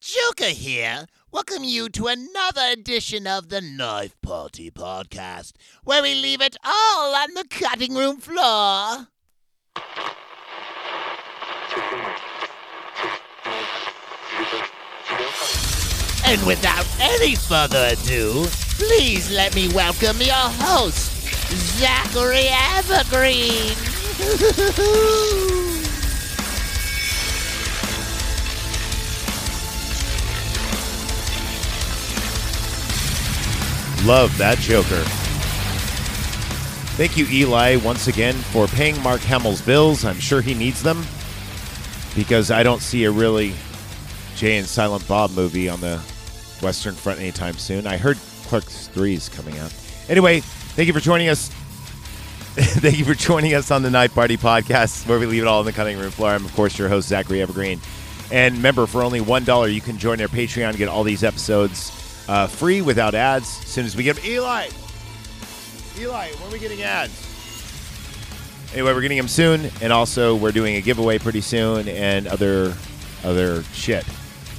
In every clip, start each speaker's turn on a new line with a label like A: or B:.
A: Joker here. Welcome you to another edition of the Knife Party Podcast, where we leave it all on the cutting room floor. And without any further ado, please let me welcome your host, Zachary Evergreen.
B: Love that Joker. Thank you, Eli, once again for paying Mark Hamill's bills. I'm sure he needs them because I don't see a really Jay and Silent Bob movie on the Western Front anytime soon. I heard Clerks 3 is coming out. Anyway, thank you for joining us. thank you for joining us on the Night Party Podcast, where we leave it all in the cutting room floor. I'm, of course, your host, Zachary Evergreen. And remember, for only $1, you can join our Patreon and get all these episodes uh, free without ads as soon as we get them. Eli! Eli, when are we getting ads? Anyway, we're getting them soon, and also we're doing a giveaway pretty soon and other other shit.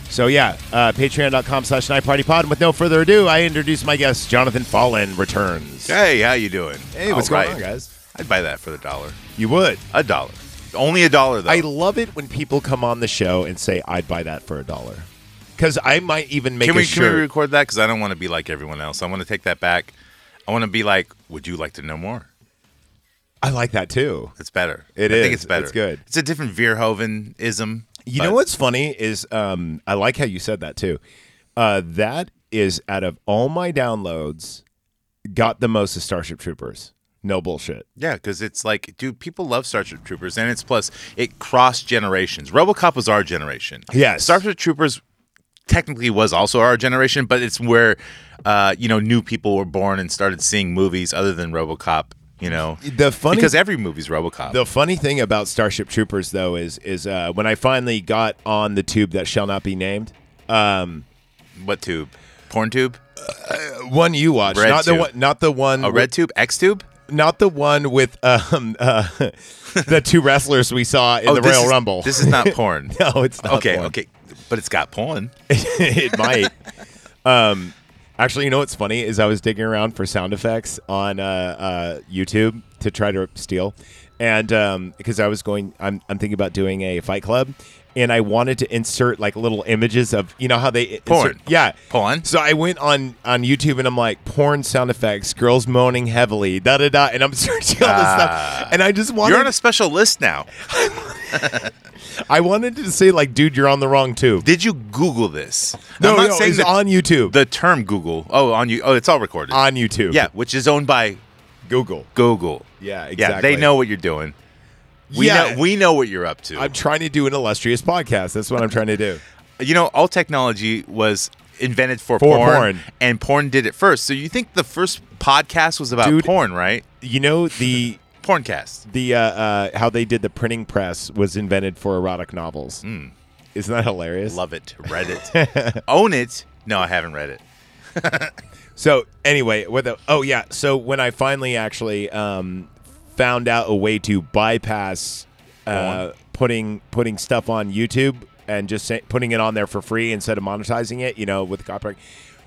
B: So yeah, uh, patreon.com slash night party pod. And with no further ado, I introduce my guest, Jonathan Fallen returns.
C: Hey, how you doing?
B: Hey, what's
C: All
B: going on,
C: right.
B: guys?
C: I'd buy that for the dollar.
B: You would.
C: A dollar. Only a dollar though.
B: I love it when people come on the show and say, I'd buy that for a dollar. Because I might even make
C: can
B: a
C: we
B: shirt.
C: can we record that? Because I don't want to be like everyone else. I want to take that back. I want to be like, would you like to know more?
B: I like that too.
C: It's better.
B: It
C: I
B: is.
C: think it's better.
B: It's good.
C: It's a different Verhoeven ism.
B: You know what's funny is um, I like how you said that too. Uh, that is out of all my downloads, got the most of Starship Troopers. No bullshit.
C: Yeah, because it's like, dude, people love Starship Troopers, and it's plus it crossed generations. RoboCop was our generation.
B: Yes.
C: Starship Troopers technically was also our generation, but it's where uh, you know new people were born and started seeing movies other than RoboCop. You know,
B: The funny
C: because every movie's RoboCop.
B: The funny thing about Starship Troopers, though, is is uh, when I finally got on the tube that shall not be named, um,
C: what tube? Porn tube?
B: one you watched,
C: Red
B: not the
C: tube.
B: one, not the one,
C: A red tube? X tube?
B: not the one with um, uh, the two wrestlers we saw in the
C: Oh, this
B: Royal
C: is-
B: Rumble.
C: This is not porn.
B: no, it's not.
C: okay,
B: one.
C: okay, but it's got porn.
B: it might. um, actually, you know what's funny is I was digging around for sound effects on uh, uh, YouTube to try to steal, and um, because I was going, I'm, I'm thinking about doing a Fight Club, and I wanted to insert like little images of you know how they
C: Porn.
B: insert- yeah,
C: Porn.
B: So I went on on YouTube and I'm like porn sound effects, girls moaning heavily, da da da, and I'm searching all this
C: Ah.
B: stuff, and I just
C: You're on a
B: wanted
C: special list now.
B: I wanted to say like, dude, you're on the wrong tube.
C: Did you Google this?
B: No,
C: I'm not
B: no,
C: saying
B: it's
C: that-
B: on YouTube.
C: the term Google. Oh, on you. Oh, it's all recorded.
B: on YouTube,
C: yeah, which is owned by
B: Google.
C: Google.
B: Yeah,
C: Yeah, they
B: exactly.
C: know what you're doing. We know we know what you're up to.
B: I'm trying to do an illustrious podcast. That's what I'm trying to do.
C: you know, all technology was invented for,
B: For
C: porn,
B: porn.
C: and porn did it first. So you think the first podcast was about
B: Dude.
C: porn, right?
B: You know the
C: Porncast.
B: the uh, uh, how they did the printing press was invented for erotic novels.
C: Hmm.
B: Isn't that hilarious?
C: Love it. Read it. Own it. No, I haven't read it.
B: So anyway, what the oh yeah. So when I finally actually um, found out a way to bypass uh, putting putting stuff on YouTube and just say, putting it on there for free instead of monetizing it, you know, with copyright.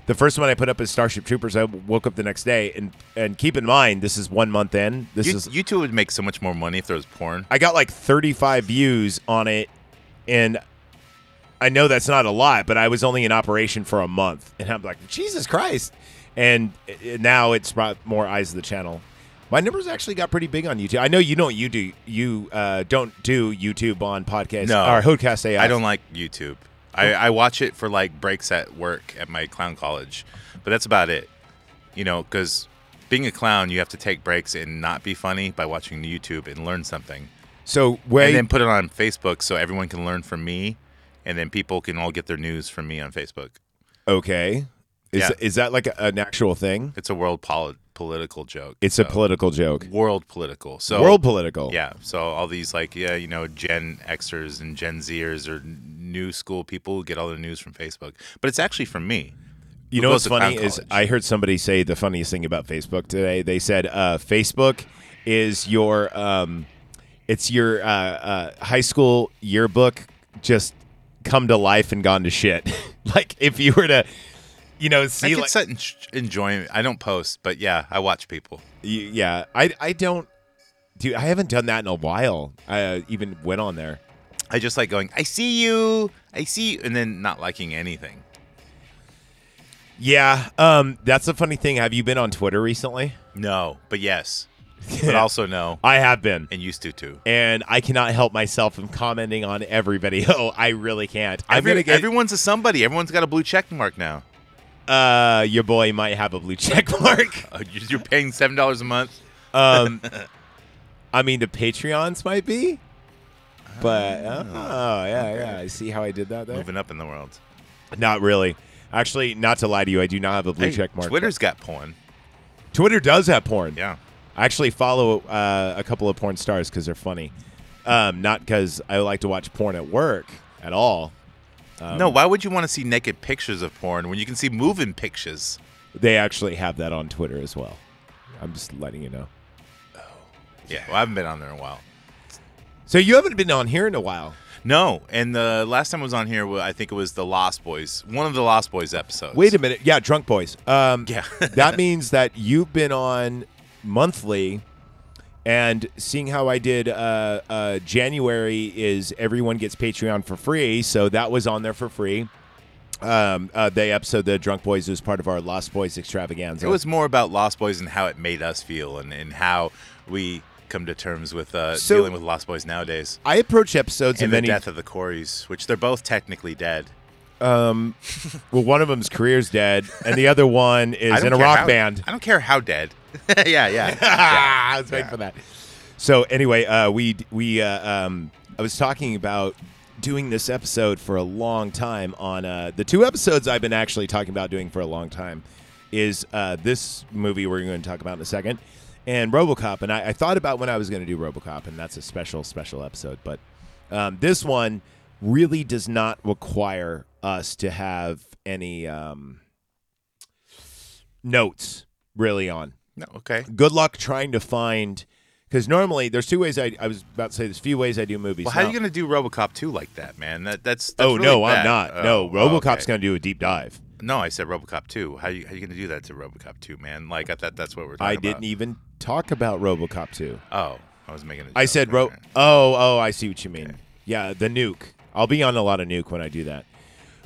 B: The first one I put up is Starship Troopers. I woke up the next day and and keep in mind this is one month in. This
C: You,
B: is
C: you two would make so much more money if there was porn.
B: I got like 35 views on it, and I know that's not a lot, but I was only in operation for a month, and I'm like, Jesus Christ! And uh, now it's brought more eyes to the channel. My numbers actually got pretty big on YouTube. I know you don't you do you uh, don't do YouTube on podcast
C: No.
B: or Hodecast AI.
C: I don't like YouTube. I, I watch it for like breaks at work at my clown college, but that's about it. You know, because being a clown, you have to take breaks and not be funny by watching YouTube and learn something,
B: So way
C: and then put it on Facebook so everyone can learn from me, and then people can all get their news from me on Facebook.
B: okay. Is
C: Yeah.
B: is that like a, an actual thing?
C: It's a world poli- political joke.
B: It's a
C: so-
B: political joke.
C: world political. So
B: World political.
C: Yeah. So all these like yeah, you know, Gen Xers and Gen Zers or n- new school people who get all their news from Facebook. But it's actually from me.
B: You
C: who
B: know what's
C: goes to
B: funny
C: clown
B: is
C: college.
B: I heard somebody say the funniest thing about Facebook today. They said uh, Facebook is your um, it's your uh, uh, high school yearbook just come to life and gone to shit. Like if you were to, you know,
C: I
B: see
C: get
B: like
C: such en- enjoyment. I don't post, but yeah, I watch people.
B: Y- yeah, I I don't, dude. I haven't done that in a while. I uh, even went on there.
C: I just like going, I see you, I see you, and then not liking anything.
B: Yeah, um, that's a funny thing. Have you been on Twitter recently?
C: No, but yes, but also no,
B: I have been.
C: and used to too.
B: and I cannot help myself from commenting on every video. I really can't. I'm
C: Every,
B: gonna get
C: everyone's a somebody. Everyone's got a blue check mark now.
B: uh, your boy might have a blue check mark.
C: Uh, you- You're paying seven dollars a month.
B: Um, I mean the Patreons might be, but
C: Ah.
B: oh, yeah, yeah. I see how I did that there.
C: Moving up in the world.
B: Not really. Actually, not to lie to you, I do not have a blue
C: Hey,
B: check mark.
C: Twitter's got porn.
B: Twitter does have porn.
C: Yeah.
B: I actually follow uh, a couple of porn stars because they're funny, um, not because I like to watch porn at work at all. Um,
C: no, why would you want to see naked pictures of porn when you can see moving pictures?
B: They actually have that on Twitter as well. I'm just letting you know.
C: Yeah. Well, I haven't been on there in a while.
B: So you haven't been on here in a while.
C: No, and the last time I was on here, well, I think it was the Lost Boys, one of the Lost Boys episodes.
B: Wait a minute. Yeah, Drunk Boys. Um,
C: Yeah.
B: that means that you've been on monthly, and seeing how I did uh, uh, January is everyone gets Patreon for free. So that was on there for free. Um, uh, the episode, the Drunk Boys, was part of our Lost Boys extravaganza.
C: It was more about Lost Boys and how it made us feel, and, and how we come to terms with uh,
B: So-
C: dealing with Lost Boys nowadays.
B: I approach episodes
C: and
B: of
C: the
B: any.
C: death of the Coreys, which they're both technically dead.
B: Well, one of them's career's dead, and the other one
C: I
B: is
C: don't
B: in a
C: care
B: rock
C: how-
B: band.
C: I don't care how dead. yeah, yeah. yeah.
B: I was waiting for that. So anyway, uh, we we uh, um, I was talking about doing this episode for a long time on uh, the two episodes I've been actually talking about doing for a long time is uh, this movie we're going to talk about in a second and RoboCop. And I, I thought about when I was going to do RoboCop, and that's a special special episode. But um, this one really does not require us to have any um, notes really on
C: No, okay.
B: good luck trying to find because normally there's two ways I, I was about to say there's a few ways I do movies.
C: Well, how are
B: now.
C: you going to do RoboCop 2 like that, man? That that's, that's
B: Oh
C: really
B: no, I'm
C: bad.
B: not.
C: Oh,
B: no,
C: oh,
B: RoboCop's
C: okay.
B: going to do a deep dive.
C: No, I said RoboCop 2. How you how you going to do that to RoboCop 2, man? Like I thought that's what we're talking
B: I
C: about.
B: didn't e- even talk about RoboCop 2.
C: Oh, I was making a joke.
B: I said Ro.
C: Okay.
B: Oh, oh, I see what you mean. Yeah, the nuke. I'll be on a lot of nuke when I do that.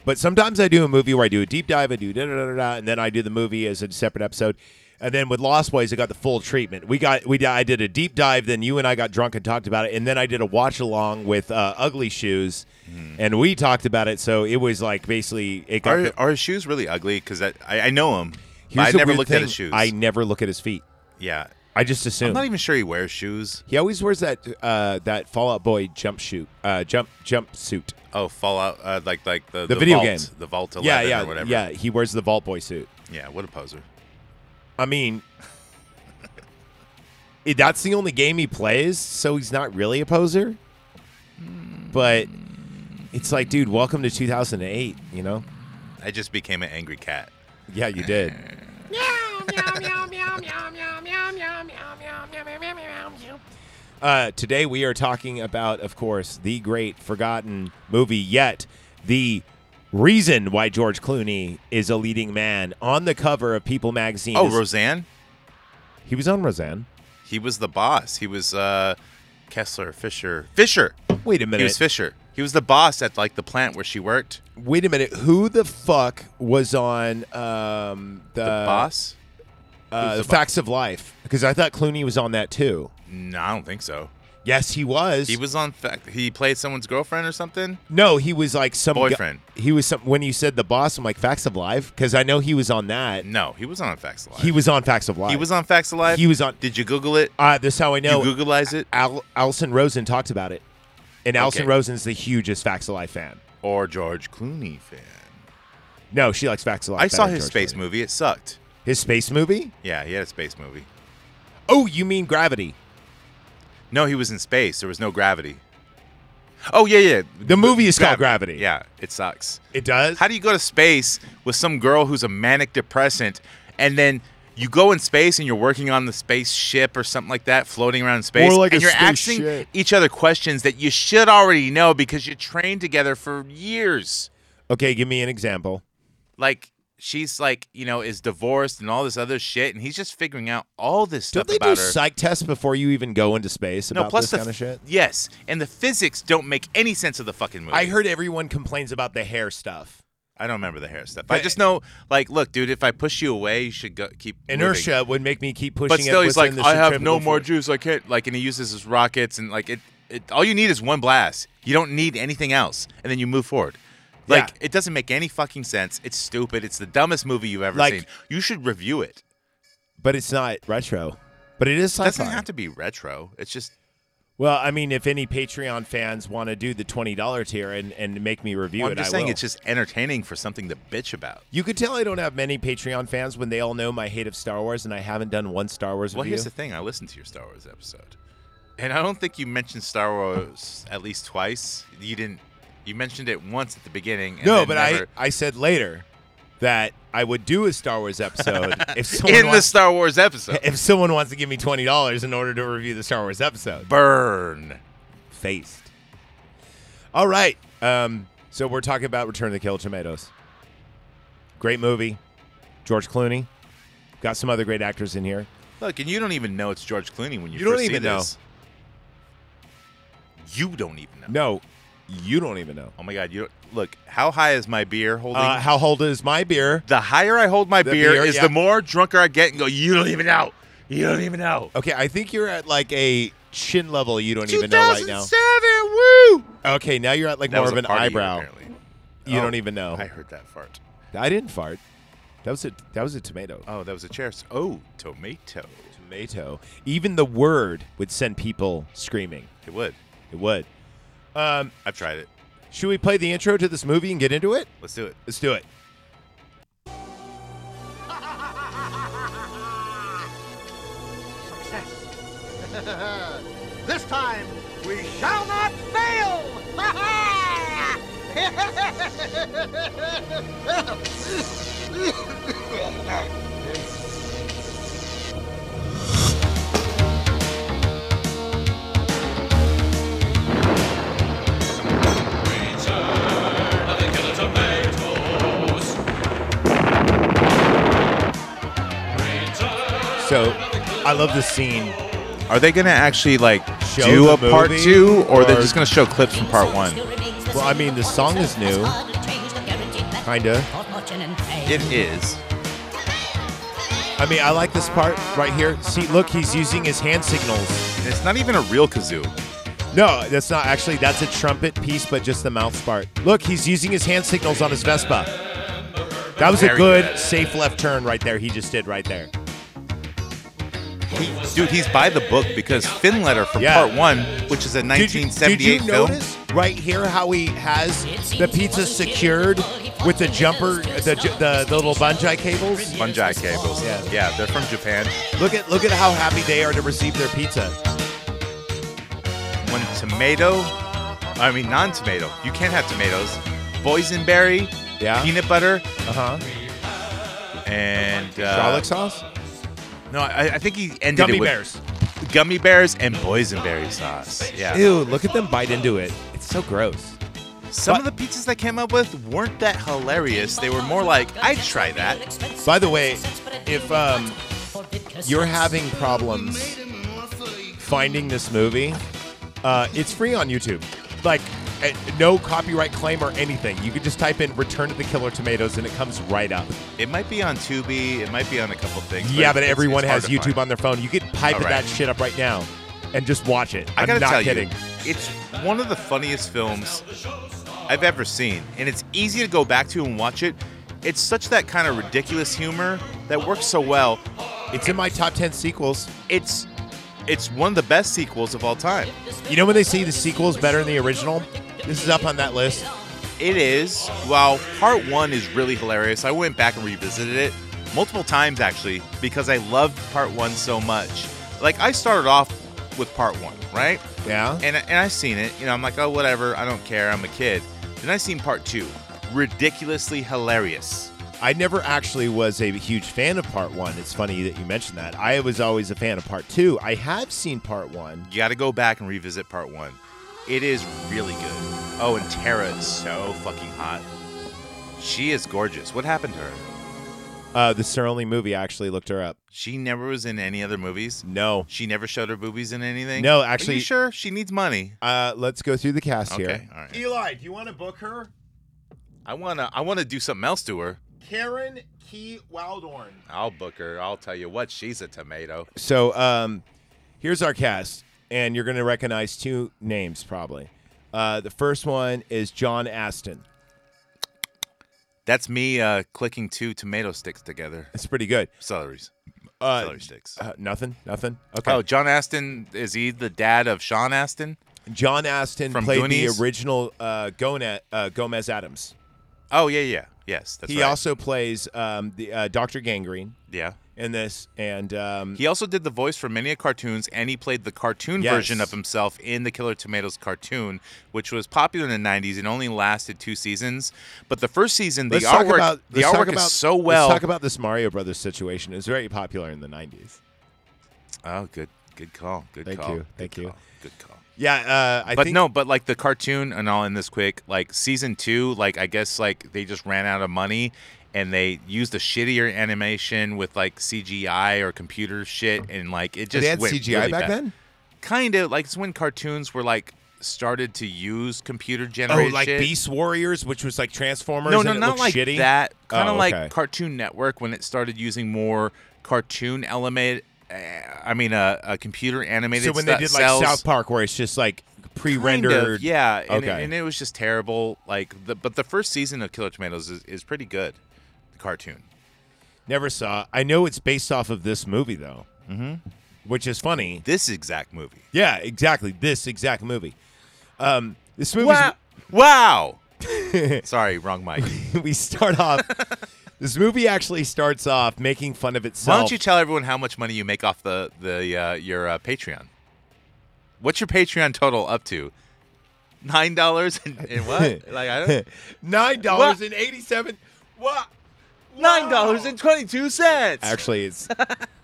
B: But sometimes I do a movie where I do a deep dive, I do da da da da, da, and then I do the movie as a separate episode. And then with Lost Boys, I got the full treatment. We got we di- I did a deep dive, then you and I got drunk and talked about it, and then I did a watch along with uh, Ugly Shoes, and we talked about it. So it was like basically it got.
C: Hmm. Are, are his shoes really ugly? Because I, I know him. but
B: Here's
C: I
B: the
C: never
B: weird
C: looked
B: thing.
C: at his shoes.
B: I never look at his feet.
C: yeah.
B: I just assume.
C: I'm not even sure he wears shoes.
B: he always wears that uh, that Fallout Boy jump shoot, uh, jump jumpsuit.
C: Oh, Fallout, uh, like like the,
B: The video
C: vault,
B: game.
C: the Vault 11
B: yeah, yeah,
C: or whatever.
B: yeah. He wears the Vault Boy suit.
C: yeah. What a poser.
B: I mean, it- that's the only game he plays, so he's not really a poser. But it's like, dude, welcome to 2008. You know?
C: I just became an angry cat.
B: Yeah, you did. Uh, today we are talking about, of course, the great forgotten movie yet, the reason why George Clooney is a leading man on the cover of People magazine.
C: Oh,
B: is-
C: Roseanne.
B: he was on Roseanne.
C: He was the boss. He was uh, Kessler Fisher. Fisher.
B: Wait a
C: He
B: minute.
C: was Fisher. He was the boss at like the plant where she worked.
B: Wait a minute. Who the fuck was on um, the,
C: The boss?
B: Uh,
C: Who's
B: the
C: the
B: Facts of Life? Because I thought Clooney was on that too.
C: No, I don't think so.
B: Yes, he was.
C: He was on fact. He played someone's girlfriend or something.
B: No, he was like some gu-
C: Boyfriend.
B: he was some. When you said the boss, I'm like Facts of Life because I know he was on that.
C: No, he was on Facts Alive.
B: He was on Facts of Life.
C: He was on Facts Alive.
B: He was on-
C: Did you Google it?
B: Uh, this is how I know.
C: you Googleize it
B: Al- Alison Rosen talked about it, and Alison
C: Okay.
B: Rosen's the hugest Facts of Life fan.
C: or George Clooney fan?
B: No, she likes Facts of Life.
C: I saw
B: better than
C: his
B: George
C: space
B: Clooney.
C: movie. It sucked.
B: His space movie?
C: Yeah, he had a space movie.
B: Oh, you mean Gravity?
C: No, he was in space. There was no gravity. Oh yeah, yeah.
B: The movie is called Gravity.
C: Yeah, it sucks.
B: It does.
C: How do you go to space with some girl who's a manic depressant and then you go in space and you're working on the spaceship or something like that, floating around in space,
B: More like
C: and
B: a
C: you're
B: spaceship.
C: asking each other questions that you should already know because you trained together for years.
B: Okay, give me an example.
C: Like she's like you know is divorced and all this other shit, and he's just figuring out all this stuff
B: Don't they do
C: about her.
B: psych tests before you even go into space
C: no,
B: about
C: plus
B: this
C: the
B: kind of shit?
C: yes, and the physics don't make any sense of the fucking movie.
B: I heard everyone complains about the hair stuff.
C: I don't remember the hair stuff. I
B: But-
C: just know, like, look, dude, if I push you away, you should go keep moving.
B: Inertia would make me keep pushing.
C: But still,
B: it,
C: he's like,
B: whistling the
C: I have no
B: centrifugal
C: more
B: force."
C: juice. I can't. Like, and he uses his rockets and like it. it all you need is one blast. You don't need anything else, and then you move forward.
B: Yeah.
C: Like, it doesn't make any fucking sense. It's stupid. It's the dumbest movie you've ever
B: Like-
C: seen. You should review it.
B: but it's not retro. But it is
C: It
B: sci-fi.
C: doesn't have to be retro. It's just
B: Well, I mean, if any Patreon fans want to do the twenty dollars tier and, and make me review
C: well, I'm
B: it,
C: just
B: I
C: saying
B: will.
C: it's just entertaining for something to bitch about.
B: you could tell I don't have many Patreon fans when they all know my hate of Star Wars, and I haven't done one Star Wars
C: Well,
B: review.
C: here's the thing. I listened to your Star Wars episode, and I don't think you mentioned Star Wars at least twice. You didn't. You mentioned it once at the beginning. And
B: no,
C: then
B: but
C: never-
B: I I said later that I would do a Star Wars episode if someone
C: in the
B: wants,
C: Star Wars episode.
B: if someone wants to give me twenty dollars in order to review the Star Wars episode.
C: Burn.
B: Faced. All right. Um, so we're talking about Return of the Killer Tomatoes. Great movie. George Clooney. Got some other great actors in here.
C: Look, and you don't even know it's George Clooney when
B: You
C: you,
B: don't
C: first see
B: even know.
C: this. You don't even know.
B: No, you don't even know.
C: Oh my God! You don't, look. How high is my beer holding?
B: Uh, how old is my beer?
C: the higher I hold my
B: The
C: beer,
B: beer,
C: is
B: yeah.
C: the more drunker I get and go. You don't even know. You don't even know.
B: Okay, I think you're at like a chin level you don't even know right now.
C: 2007, Woo!
B: Okay, now you're at like
C: That
B: more
C: was
B: of
C: a
B: an
C: party year,
B: eyebrow.
C: apparently.
B: You
C: Oh,
B: don't even know.
C: I
B: I,
C: heard that fart.
B: didn't fart. That was a that was a tomato.
C: Oh, that was a chair. s- Oh, tomato.
B: Tomato. Even the word would send people screaming.
C: It would.
B: It would. Um,
C: I've tried it.
B: Should we play the intro to this movie and get into it?
C: Let's do it.
B: Let's do it.
D: Success. this time, we shall not fail!
B: So, I love this scene.
C: Are they gonna actually like
B: Show
C: do
B: the
C: a part
B: movie,
C: two, or, they're
B: or-
C: just gonna show clips from part one?
E: Well, I mean, the song is new.
B: Kinda.
C: It is.
B: I mean, I like this part right here. See, look, he's using his hand signals.
C: And It's not even a real kazoo.
B: No, that's not actually. That's a trumpet piece, but just the mouth part. Look, he's using his hand signals on his Vespa. That was a
C: Very
B: good,
C: good.
B: safe left turn right there. He just did right there.
C: He, dude, he's by the book because Finletter from
B: Yeah.
C: part one, which is a
B: Did you,
C: 1978
B: did you
C: film.
B: notice right here how he has the pizza secured with the jumper, the, ju- the, the little bungee cables?
C: Fungi cables.
B: Yeah.
C: yeah, they're from Japan.
B: Look at look at how happy they are to receive their pizza.
C: When tomato, I mean non-tomato. You can't have tomatoes. Boysenberry,
B: Yeah.
C: peanut butter,
B: Uh huh.
C: and uh,
B: Garlic sauce.
C: No, I, I think he ended
B: Gummy
C: it with
B: bears.
C: gummy bears and boysenberry sauce. Yeah.
B: Ew! Look at them bite into it. It's so gross.
C: Some
B: But-
C: of the pizzas I came up with weren't that hilarious. They were more like, I'd try that.
B: By the way, if um, you're having problems finding this movie, uh, it's free on YouTube. Like, eh, no copyright claim or anything. You could just type in "Return to the Killer Tomatoes" and it comes right up.
C: It might be on Tubi. It might be on a couple things.
B: yeah, but
C: it's-
B: everyone
C: it's hard
B: has
C: to
B: YouTube
C: find.
B: on their phone. You could pipe
C: All right.
B: that shit up right now and just watch it.
C: I
B: I'm
C: gotta
B: not
C: tell
B: kidding.
C: you, it's one of the funniest films I've ever seen, and it's easy to go back to and watch it. It's such that kind of ridiculous humor that works so well.
B: It's in my top ten sequels.
C: It's it's one of the best sequels of all time.
B: You know when they say the sequel's better than the original? This is up on that list.
C: It is. While part one is really hilarious, I went back and revisited it multiple times actually because I loved part one so much. Like I started off with part one, right?
B: Yeah.
C: And and I seen it. You know, I'm like, oh whatever, I don't care. I'm a kid. Then I seen part two, ridiculously hilarious.
B: I never actually was a huge fan of part one. It's funny that you mentioned that. I was always a fan of part two. I have seen part one.
C: You got to go back and revisit part one. It is really good. Oh, and Tara is so fucking hot. She is gorgeous. What happened to her?
B: Uh, this is her only movie. I actually looked her up.
C: She never was in any other movies.
B: No.
C: She never showed her boobies in anything.
B: No,
C: Are you
B: actually-
C: sure she needs money.
B: Uh, let's go through the cast
C: Okay,
B: here.
C: all right.
F: Eli, do you want to book her?
C: I wanna, I wanna do something else to her.
F: Karen Key Wildorn.
C: I'll book her. I'll tell you what, she's a tomato.
B: So um, here's our cast, and you're going to recognize two names probably. Uh, the first one is John Aston.
C: That's me uh, clicking two tomato sticks together.
B: That's pretty good.
C: Celeries.
B: Uh,
C: Celery sticks.
B: uh, nothing, nothing. Okay.
C: Oh, John Aston is he the dad of Sean Aston?
B: John Aston
C: From
B: played
C: Goonies?
B: the original uh, Gona, uh, Gomez Adams.
C: Oh yeah, yeah, yes. That's
B: he
C: right.
B: also plays um, the uh, Doctor Gangrene
C: yeah.
B: in this, and um,
C: He also did the voice for many a cartoons, and he played the cartoon
B: Yes.
C: version of himself in the Killer Tomatoes cartoon, which was popular in the '90s and only lasted two seasons. But the first season, the
B: let's talk
C: artwork,
B: about
C: the
B: let's talk
C: artwork
B: about-
C: is so well.
B: Let's talk about this Mario Brothers situation. It was very popular in the '90s.
C: oh, good, good call, good
B: Thank
C: call,
B: you,
C: good
B: thank you.
C: call, good call.
B: Yeah, uh, I
C: but
B: think
C: no, but like the cartoon and all in this quick, like season two, like I guess like they just ran out of money and they used a shittier animation with like CGI or computer shit and like it just
B: they had
C: went
B: CGI
C: really
B: back
C: bad.
B: then.
C: Kind of like it's when cartoons were like started to use computer
B: Oh,
C: generated
B: like
C: shit.
B: Beast Warriors, which was like Transformers.
C: No,
B: and
C: no,
B: it
C: not
B: looked
C: like
B: shitty.
C: that.
B: Oh,
C: Kind of
B: okay.
C: like Cartoon Network when it started using more cartoon element. eh, I mean, uh, uh, computer animated.
B: so when they
C: stu-
B: did like
C: cells.
B: South Park, where it's just like
C: Kind of,
B: pre-rendered.
C: yeah, and,
B: Okay.
C: it, and it was just terrible. Like, the, but the first season of Killer Tomatoes is, is pretty good. The cartoon.
B: Never saw. I know it's based off of this movie though, mm-hmm. which is funny.
C: This exact movie.
B: Yeah, exactly. This exact movie. Um, this movie.
C: Wow! wow! Sorry, wrong mic.
B: we start off. this movie actually starts off making fun of
C: Why
B: itself.
C: don't you tell everyone how much money you make off the the uh, your uh, Patreon? What's your Patreon total up to? Nine dollars and, and what? Like I don't.
B: Nine dollars and eighty-seven. What?
C: Nine dollars and twenty-two cents.
B: Actually, it's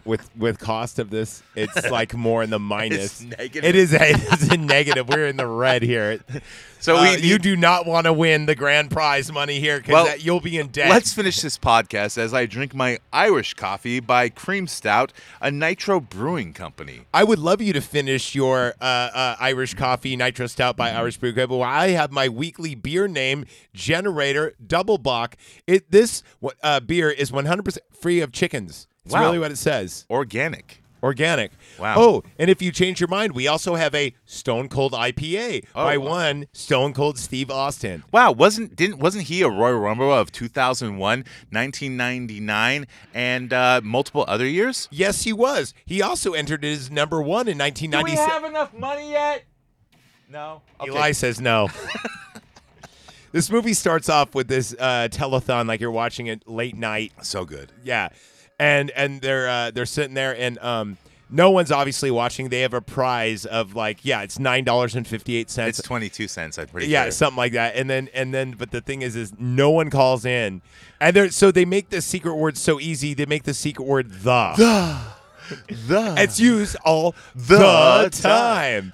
B: with with cost of this, it's like more in the minus.
C: negative.
B: It is. A, it is a negative. We're in the red here.
C: so
B: Uh,
C: we
B: you
C: need-
B: do not want to win the grand prize money here because
C: Well,
B: you'll be in debt.
C: Let's finish this podcast as I drink my Irish coffee by Cream Stout, a Nitro Brewing Company.
B: I would love you to finish your uh, uh, Irish coffee nitro stout by Irish Brew Co. But while I have my weekly beer name generator double bock. It this what, uh, beer is 100% free of chickens. It's
C: Wow.
B: really what it says.
C: Organic.
B: Organic.
C: Wow.
B: Oh, and if you change your mind, we also have a Stone Cold IPA by
C: Oh, wow.
B: one Stone Cold Steve Austin.
C: Wow, wasn't didn't wasn't he a Royal Rumble of 2001, 1999, and uh, multiple other years?
B: Yes, he was. He also entered his number one in 1997.
C: enough money yet? No. Okay.
B: Eli says no. this movie starts off with this uh, telethon, like you're watching it late night.
C: So good.
B: Yeah, and and they're uh, they're sitting there, and um, no one's obviously watching. They have a prize of like, yeah, it's nine dollars and fifty eight
C: It's
B: cents.
C: 22 cents, I'm pretty
B: Yeah,
C: sure.
B: something like that, and then and then, but the thing is, is no one calls in, and they're so they make the secret word so easy. They make the secret word the.
C: the
B: It's used all the, time.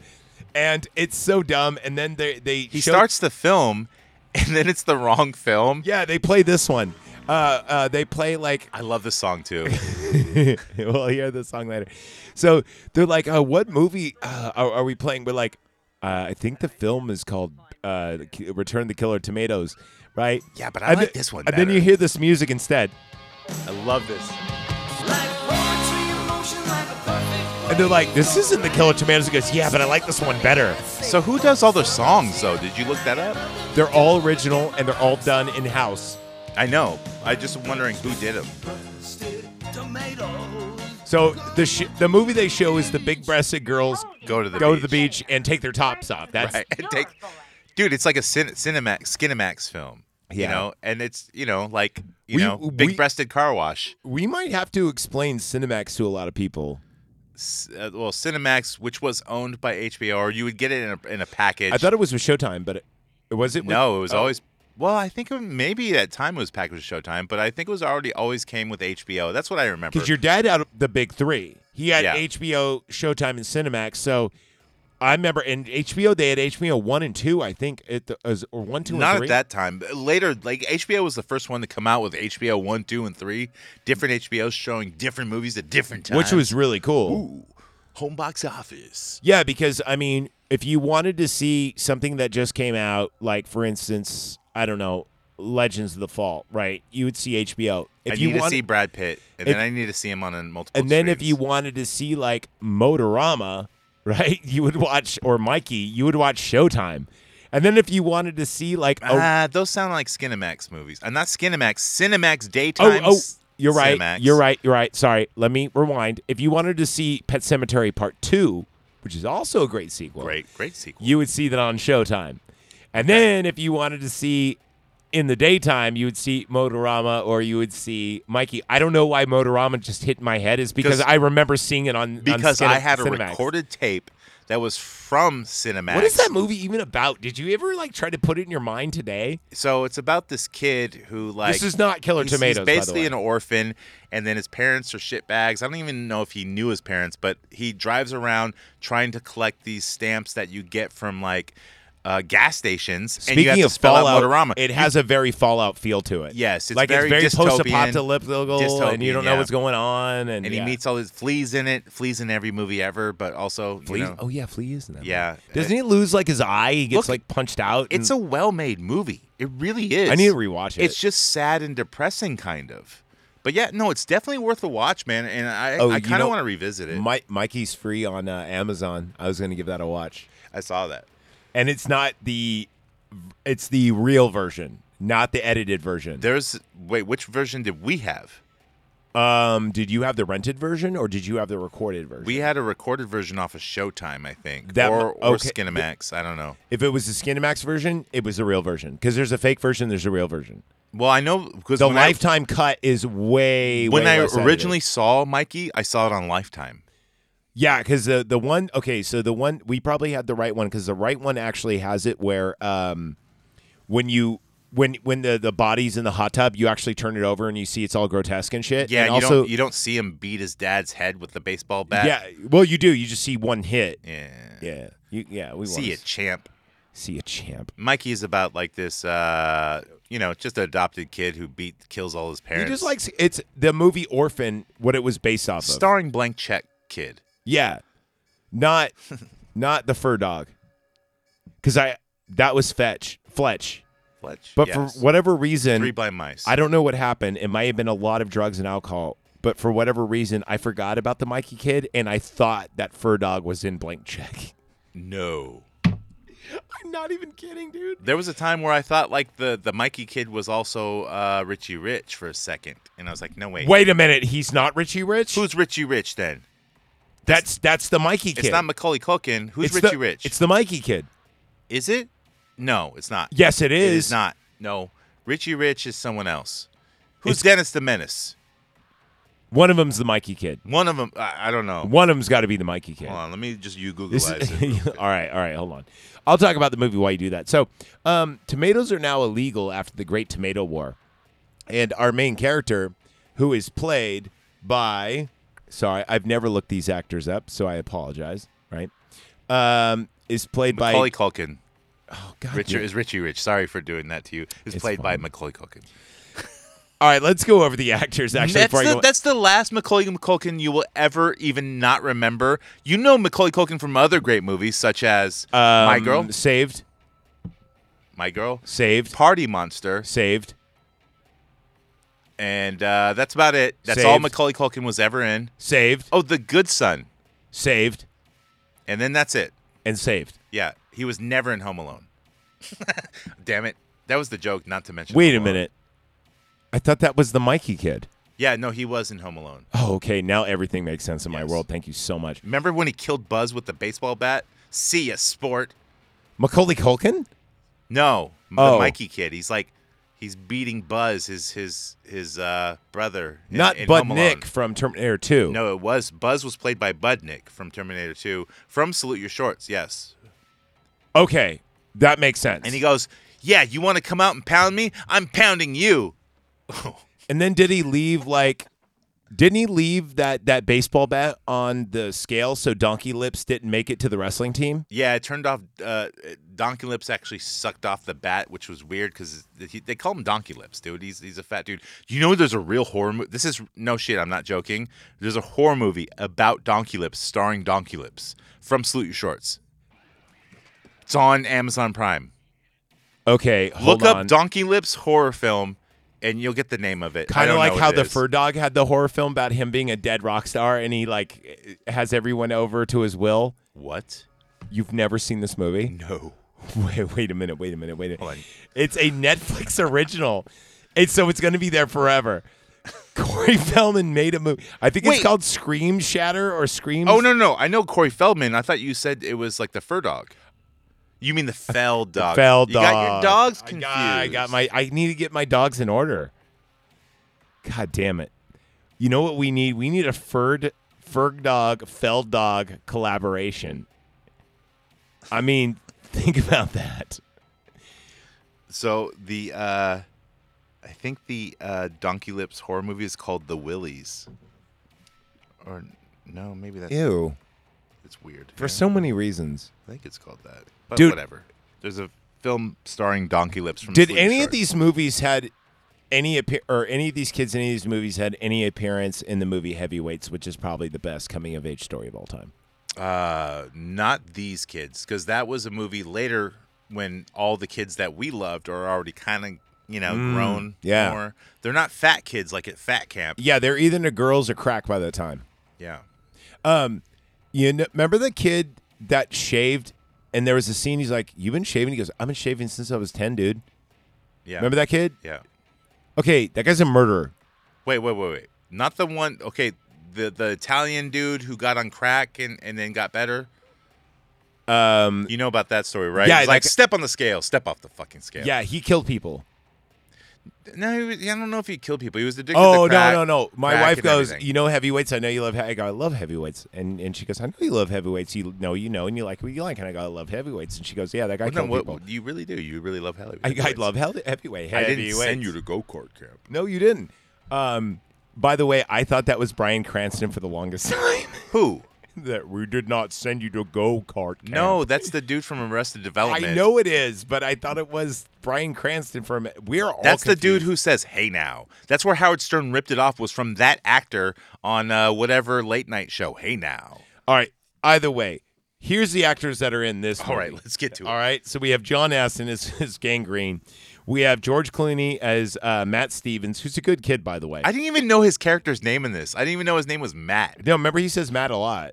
B: and it's so dumb. And then they they
C: He
B: show-
C: starts the film and then it's the wrong film.
B: Yeah, they play this one. Uh, uh, they play like
C: I love this song too.
B: we'll hear the song later. So they're like, uh, "What movie uh, are, are we playing?" We're like, uh, "I think the film is called uh, K- Return of the Killer Tomatoes." Right?
C: Yeah, but I
B: And
C: like
B: th-
C: this one
B: And then
C: better.
B: you hear this music instead,
C: I love this.
B: and they're like, "This isn't the Killer Tomatoes." He goes, "Yeah, but I like this one better."
C: So who does all the songs though? Did you look that up?
B: They're all original and they're all done in house.
C: I know. I just wondering who did them.
B: So the sh- the movie they show is the big breasted girls
C: Go to the
B: go
C: beach.
B: to the beach and take their tops off. That's
C: Right. And take, dude, it's like a cin- Cinemax Skinemax film. You
B: Yeah.
C: know, and it's you know like you
B: We-
C: know
B: we-
C: big breasted car wash.
B: we might have to explain Cinemax to a lot of people.
C: S- uh, well, Cinemax, which was owned by HBO, or you would get it in a, in a package.
B: I thought it was with Showtime, but it, was it? With,
C: No, it was
B: oh,
C: always. Well, I think it- maybe at time it was packaged with Showtime, but I think it was already always came with HBO. That's what I remember.
B: because your dad had the big three. He had
C: Yeah.
B: HBO, Showtime, and Cinemax. So I remember in HBO they had HBO one and two, I think it was or one, two,
C: Not
B: and three.
C: at that time. Later, like HBO was the first one to come out with HBO one, two, and three. Different HBOs showing different movies at different times.
B: which was really cool.
C: Ooh, home box office.
B: Yeah, because I mean, if you wanted to see something that just came out, like for instance, I don't know, Legends of the Fall, right? You would see HBO. If
C: I
B: you
C: need to
B: want-
C: see Brad Pitt, and
B: if-
C: then I need to see him on a multiple.
B: and then if you
C: streams.
B: wanted to see like Motorama, right? You would watch or Mikey, you would watch Showtime. And then if you wanted to see like oh, a,
C: ah, those sound like Skinemax movies. I'm not Skinemax. Cinemax
B: oh
C: daytime.
B: oh,
C: s-
B: you're right,
C: Cinemax.
B: you're right, you're right. Sorry, let me rewind. If you wanted to see Pet Cemetery Part Two, which is also a great sequel,
C: Great, great sequel.
B: you would see that on Showtime. And then if you wanted to see in the daytime, you would see Motorama or you would see Mikey. I don't know why Motorama just hit my head is because
C: 'Cause-
B: I remember seeing it on on
C: because
B: Cine-
C: I had a
B: Cinemax.
C: recorded tape that was from Cinemax.
B: What is that movie even about? Did you ever like try to put it in your mind today?
C: So it's about this kid who like
B: this is not Killer
C: he's,
B: Tomatoes.
C: He's
B: by the
C: basically
B: way.
C: an orphan, and then his parents are shitbags. I don't even know if he knew his parents, but he drives around trying to collect these stamps that you get from like uh, gas stations. and you
B: Speaking
C: have to
B: of
C: spell
B: Fallout,
C: out Motorama.
B: it has a very Fallout feel to it.
C: Yes, it's
B: like
C: very
B: it's very
C: dystopian-
B: post-apocalyptic, and you
C: dystopian,
B: don't know
C: yeah.
B: what's going on. And,
C: and he
B: yeah.
C: meets all his fleas in it. Fleas in every movie ever, but also you
B: Flea.
C: know,
B: oh yeah, Flea is in that. movie.
C: Yeah.
B: doesn't he lose like his eye? He gets
C: Look,
B: like punched out.
C: it's
B: and-
C: a well-made movie. It really is.
B: mm. I need to rewatch it.
C: It's just sad and depressing, kind of. But yeah, no, it's definitely worth a watch, man. And I,
B: Oh,
C: I
B: you
C: kind
B: know-
C: of want to revisit it.
B: Mi- Mikey's free on uh, Amazon. I was going to give that a watch,
C: I saw that.
B: and it's not the, it's the real version, not the edited version.
C: There's wait, which version did we have?
B: Um, did you have the rented version or did you have the recorded version?
C: We had a recorded version off of Showtime, I think,
B: That mu-
C: or or
B: okay.
C: Skinemax. I don't know.
B: if it was the Skinemax version, it was the real version because there's a fake version, there's a real version.
C: Well, I know because
B: The
C: when
B: lifetime cut is way
C: I, when
B: way
C: I
B: less edited.
C: originally saw Mikey, I saw it on Lifetime.
B: Yeah, because the the one okay, so the one we probably had the right one because the right one actually has it where um, when you when when the the body's in the hot tub, you actually turn it over and you see it's all grotesque and shit.
C: Yeah,
B: and
C: you
B: also
C: don't you don't see him beat his dad's head with the baseball bat.
B: yeah, well you do, you just see one hit.
C: yeah.
B: Yeah, you, yeah, we
C: See
B: wanna
C: it, champ.
B: see a champ.
C: Mikey is about like this, uh, you know, just an adopted kid who beat kills all his
B: He
C: parents.
B: just likes it's the movie Orphan, what it was based off of.
C: starring blank check kid.
B: Yeah, not not the fur dog, because I that was fetch Fletch,
C: Fletch.
B: but
C: yes.
B: for whatever reason,
C: three blind mice.
B: I don't know what happened. It might have been a lot of drugs and alcohol, but for whatever reason, I forgot about the Mikey kid, and I thought that fur dog was in blank check.
C: know.
B: I'm not even kidding, dude.
C: There was a time where I thought like the the Mikey kid was also uh, Richie Rich for a second, and I was like, no wait,
B: Wait a minute, he's not Richie Rich.
C: who's Richie Rich then?
B: that's that's the Mikey kid.
C: It's not Macaulay Culkin. Who's
B: It's
C: Richie
B: the-
C: Rich?
B: It's the Mikey kid.
C: is it? No, it's not.
B: Yes, it
C: it
B: is.
C: is not. No, Richie Rich is someone else. Who's
B: It's-
C: Dennis the Menace?
B: One of them's the Mikey kid.
C: One of them. I, I don't know.
B: One of them's got to be the Mikey kid.
C: Hold on, let me just you Google
B: This
C: eyes
B: is-
C: it. real quick.
B: all right, all right, hold on. I'll talk about the movie while you do that. So, um, tomatoes are now illegal after the Great Tomato War, and our main character, who is played by, sorry, I've never looked these actors up, so I apologize. Right, um, is played
C: Macaulay
B: by
C: Culkin.
B: oh, God,
C: Richard
B: dude.
C: is Richie Rich. Sorry for doing that to you. Is
B: It's
C: played by
B: fine.
C: Macaulay Culkin.
B: All right, let's go over the actors actually.
C: that's,
B: before I
C: the,
B: go-
C: that's the last Macaulay Culkin you will ever even not remember. You know Macaulay Culkin from other great movies such as
B: um,
C: My Girl,
B: saved,
C: My Girl,
B: saved,
C: Party Monster,
B: saved.
C: and uh, that's about it. That's all
B: Saved.
C: Macaulay Culkin was ever in.
B: Saved,
C: Oh, The Good Son,
B: saved,
C: and then that's it.
B: and saved.
C: Yeah, he was never in Home Alone. Damn it, that was the joke. Not to mention.
B: Wait a
C: Home Alone.
B: minute, I thought that was the Mikey kid.
C: Yeah, no, he was in Home Alone.
B: Oh, okay. Now everything makes sense in my
C: Yes.
B: world. Thank you so much.
C: Remember when he killed Buzz with the baseball bat? See ya, sport.
B: Macaulay Culkin?
C: No, the
B: Oh.
C: Mikey kid. He's like, he's beating Buzz, his his his uh, brother. in-
B: Not
C: in
B: Bud
C: Home Alone.
B: Nick from Terminator 2.
C: No, it was Buzz was played by Budnick from Terminator 2 from Salute Your Shorts. Yes,
B: Okay. That makes sense.
C: and he goes, "Yeah, you want to come out and pound me? I'm pounding you."
B: And then did he leave like Didn't he leave that that baseball bat on the scale so Donkey Lips didn't make it to the wrestling team?
C: Yeah, it turned off. Uh, donkey Lips actually sucked off the bat, which was weird because they call him Donkey Lips, dude. He's he's a fat dude. You know, there's a real horror. Mo- this is no shit. I'm not joking. There's a horror movie about Donkey Lips, starring Donkey Lips from Salute Your Shorts. It's on Amazon Prime.
B: Okay, hold
C: Look
B: on.
C: up Donkey Lips horror film, and you'll get the name of it. I
B: Kind of
C: don't
B: like
C: know
B: how
C: what it
B: the
C: is.
B: Fur Dog had the horror film about him being a dead rock star, and he like has everyone over to his will.
C: What?
B: You've never seen this movie?
C: No.
B: Wait, wait a minute. Wait a minute. Wait a
C: Hold
B: minute.
C: on.
B: It's a Netflix original, and so it's going to be there forever. Corey Feldman made a movie. I think it's
C: Wait.
B: called Scream Shatter or Scream.
C: Oh no no! I know Corey Feldman. I thought you said it was like the Fur Dog. You mean the Fell Dog?
B: Fell
C: You got your
B: Dog.
C: dogs
B: I
C: confused.
B: got, I got my. I need to get my dogs in order. God damn it! You know what we need? We need a furred furg dog felled dog collaboration. I mean, think about that.
C: So the uh I think the uh Donkey Lips horror movie is called The Willies. Or no, maybe that's
B: Ew!
C: it's weird.
B: For so many reasons.
C: I think it's called that. But
B: Dude.
C: whatever. There's a film starring Donkey Lips from
B: Did
C: Sleater
B: any
C: Shark.
B: of these movies had any appear or any of these kids in any of these movies had any appearance in the movie Heavyweights, which is probably the best coming of age story of all time?
C: uh not these kids cuz that was a movie later when all the kids that we loved are already kind of, you know, grown
B: yeah.
C: more. They're not fat kids like at fat camp.
B: Yeah, they're either into girls or crack by the time.
C: Yeah.
B: Um, you know, remember the kid that shaved, and there was a scene. He's like, "You've been shaving." He goes, "I've been shaving since I was ten, dude."
C: Yeah.
B: Remember that kid?
C: Yeah.
B: Okay, that guy's a murderer.
C: Wait, wait, wait, wait. Not the one. Okay, the the Italian dude who got on crack and, and then got better.
B: Um,
C: You know about that story, right?
B: Yeah,
C: He's like
B: like-
C: step on the scale, step off the fucking
B: yeah.
C: scale.
B: he killed people.
C: No, he was, I don't know if he killed people. He was addicted.
B: Oh
C: to crack,
B: no, no, no! My
C: crack
B: wife
C: and
B: goes,
C: everything.
B: "You know heavyweights? I know you love." He-. I go, "I love heavyweights," and and she goes, "I know you love heavyweights. You know, you know, and you like what you like." And I go, "I love heavyweights," and she goes, "Yeah, that guy
C: Well, no,
B: killed
C: what,
B: people."
C: what- you really do. You really love Hollywood.
B: I, I love hell- heavyweight.
C: I didn't
B: heavyweights.
C: send you to go kart camp.
B: No, you didn't. Um, by the way, I thought that was Brian Cranston for the longest time.
C: Who?
B: that we did not send you to go kart.
C: No, that's the dude from Arrested Development.
B: I know it is, but I thought it was Brian Cranston from. We're all
C: That's the dude
B: confused.
C: who says, "Hey now." That's where Howard Stern ripped it off. Was from that actor on uh, whatever late night show. Hey now.
B: All right. Either way, here's the actors that are in this.
C: All right,
B: movie.
C: let's get to it.
B: All right. So we have John Aston as, as Gangrene. We have George Clooney as uh, Matt Stevens, who's a good kid, by the way.
C: I didn't even know his character's name in this. I didn't even know his name was Matt.
B: no, remember he says Matt a lot.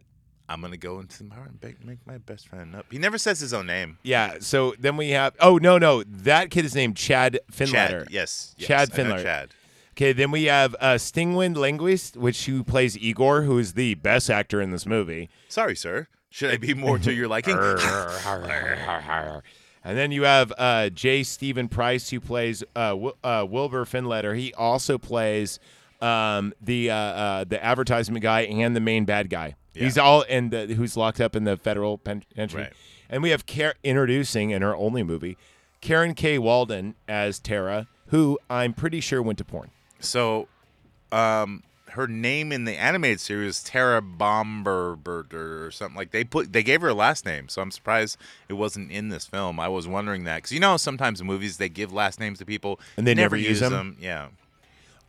C: I'm gonna go into the bar and bake, make my best friend up. He never says his own name.
B: Yeah. So then we have. Oh no, no, that kid is named Chad Finletter.
C: Chad. Yes. yes,
B: Chad
C: I know
B: Finler.
C: Chad.
B: Okay, then we have uh, Stingwind Linguist, which who plays Igor, who is the best actor in this movie.
C: Sorry, sir. Should I be more to your liking?
B: and then you have uh, J. Stephen Price, who plays uh, Wil- uh, Wilbur Finletter. He also plays um, the uh, uh, the advertisement guy and the main bad guy. He's all in the who's locked up in the federal pen- penitentiary.
C: Right.
B: And we have Car- introducing in her only movie, Karen K. Walden as Tara, who I'm pretty sure went to porn.
C: so, um, her name in the animated series is Tara Bomberberger or something like. They put they gave her a last name, so I'm surprised it wasn't in this film. I was wondering that because you know sometimes in movies they give last names to people
B: And they never use
C: use
B: them?
C: Yeah,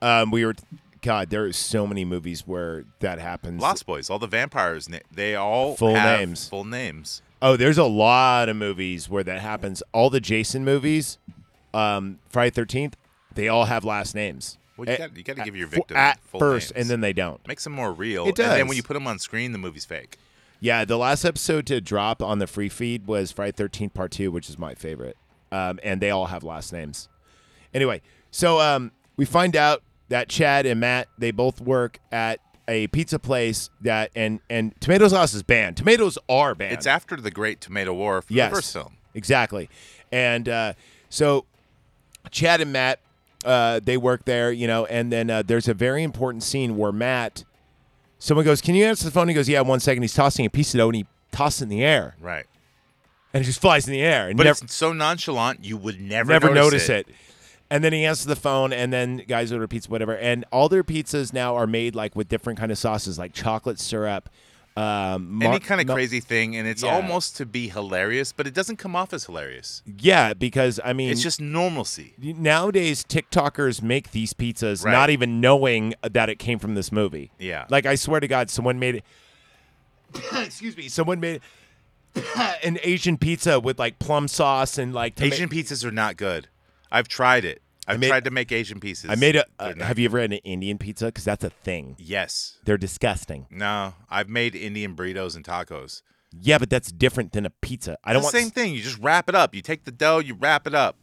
B: Um, we were, God, there is so many movies where that happens.
C: Lost Boys, all the vampires, na- they all
B: Full
C: have
B: names.
C: full names.
B: Oh, there's a lot of movies where that happens. All the Jason movies, um, Friday Thirteenth, they all have last names.
C: Well, you
B: At-
C: got you got to
B: at
C: give your
B: fo-
C: victim
B: at
C: full
B: first,
C: names.
B: and then they don't.
C: makes them more real.
B: It
C: And then
B: does.
C: when you put them on screen, the movie's fake.
B: Yeah, the last episode to drop on the free feed was Friday Thirteenth Part Two, which is my favorite, um, and they all have last names. Anyway, so um, we find out that Chad and Matt they both work at a pizza place that and and tomato sauce is banned. Tomatoes are banned.
C: It's after the Great Tomato War from
B: yes,
C: the first film.
B: Exactly. And uh, so Chad and Matt, uh, they work there, you know, and then uh, there's a very important scene where Matt, someone goes, Can you answer the phone? He goes, Yeah, one second. He's tossing a piece of dough and he tosses it in the air
C: Right.
B: and it just flies in the air. And
C: But
B: never,
C: it's so nonchalant, you would never,
B: never notice
C: it.
B: it. And then he answers the phone, and then guys order pizza, whatever. And all their pizzas now are made like with different kind of sauces, like chocolate syrup, um, mar-
C: Any kind of
B: mel-
C: crazy thing, and it's
B: Yeah.
C: almost to be hilarious, but it doesn't come off as hilarious.
B: Yeah, because I mean,
C: It's just normalcy.
B: nowadays TikTokers make these pizzas
C: Right.
B: not even knowing that it came from this movie.
C: Yeah.
B: Like I swear to God, someone made it. excuse me, someone made an Asian pizza with like plum sauce and like toma-
C: Asian pizzas are not good. I've tried it. I've
B: made-
C: tried to make Asian pizzas.
B: I made a.
C: They're
B: Uh,
C: not-
B: have you ever had an Indian pizza? Because that's a thing.
C: Yes.
B: They're disgusting.
C: No. I've made Indian burritos and tacos.
B: Yeah, but that's different than a pizza. I don't
C: the
B: want.
C: same thing. You just wrap it up. You take the dough, you wrap it up.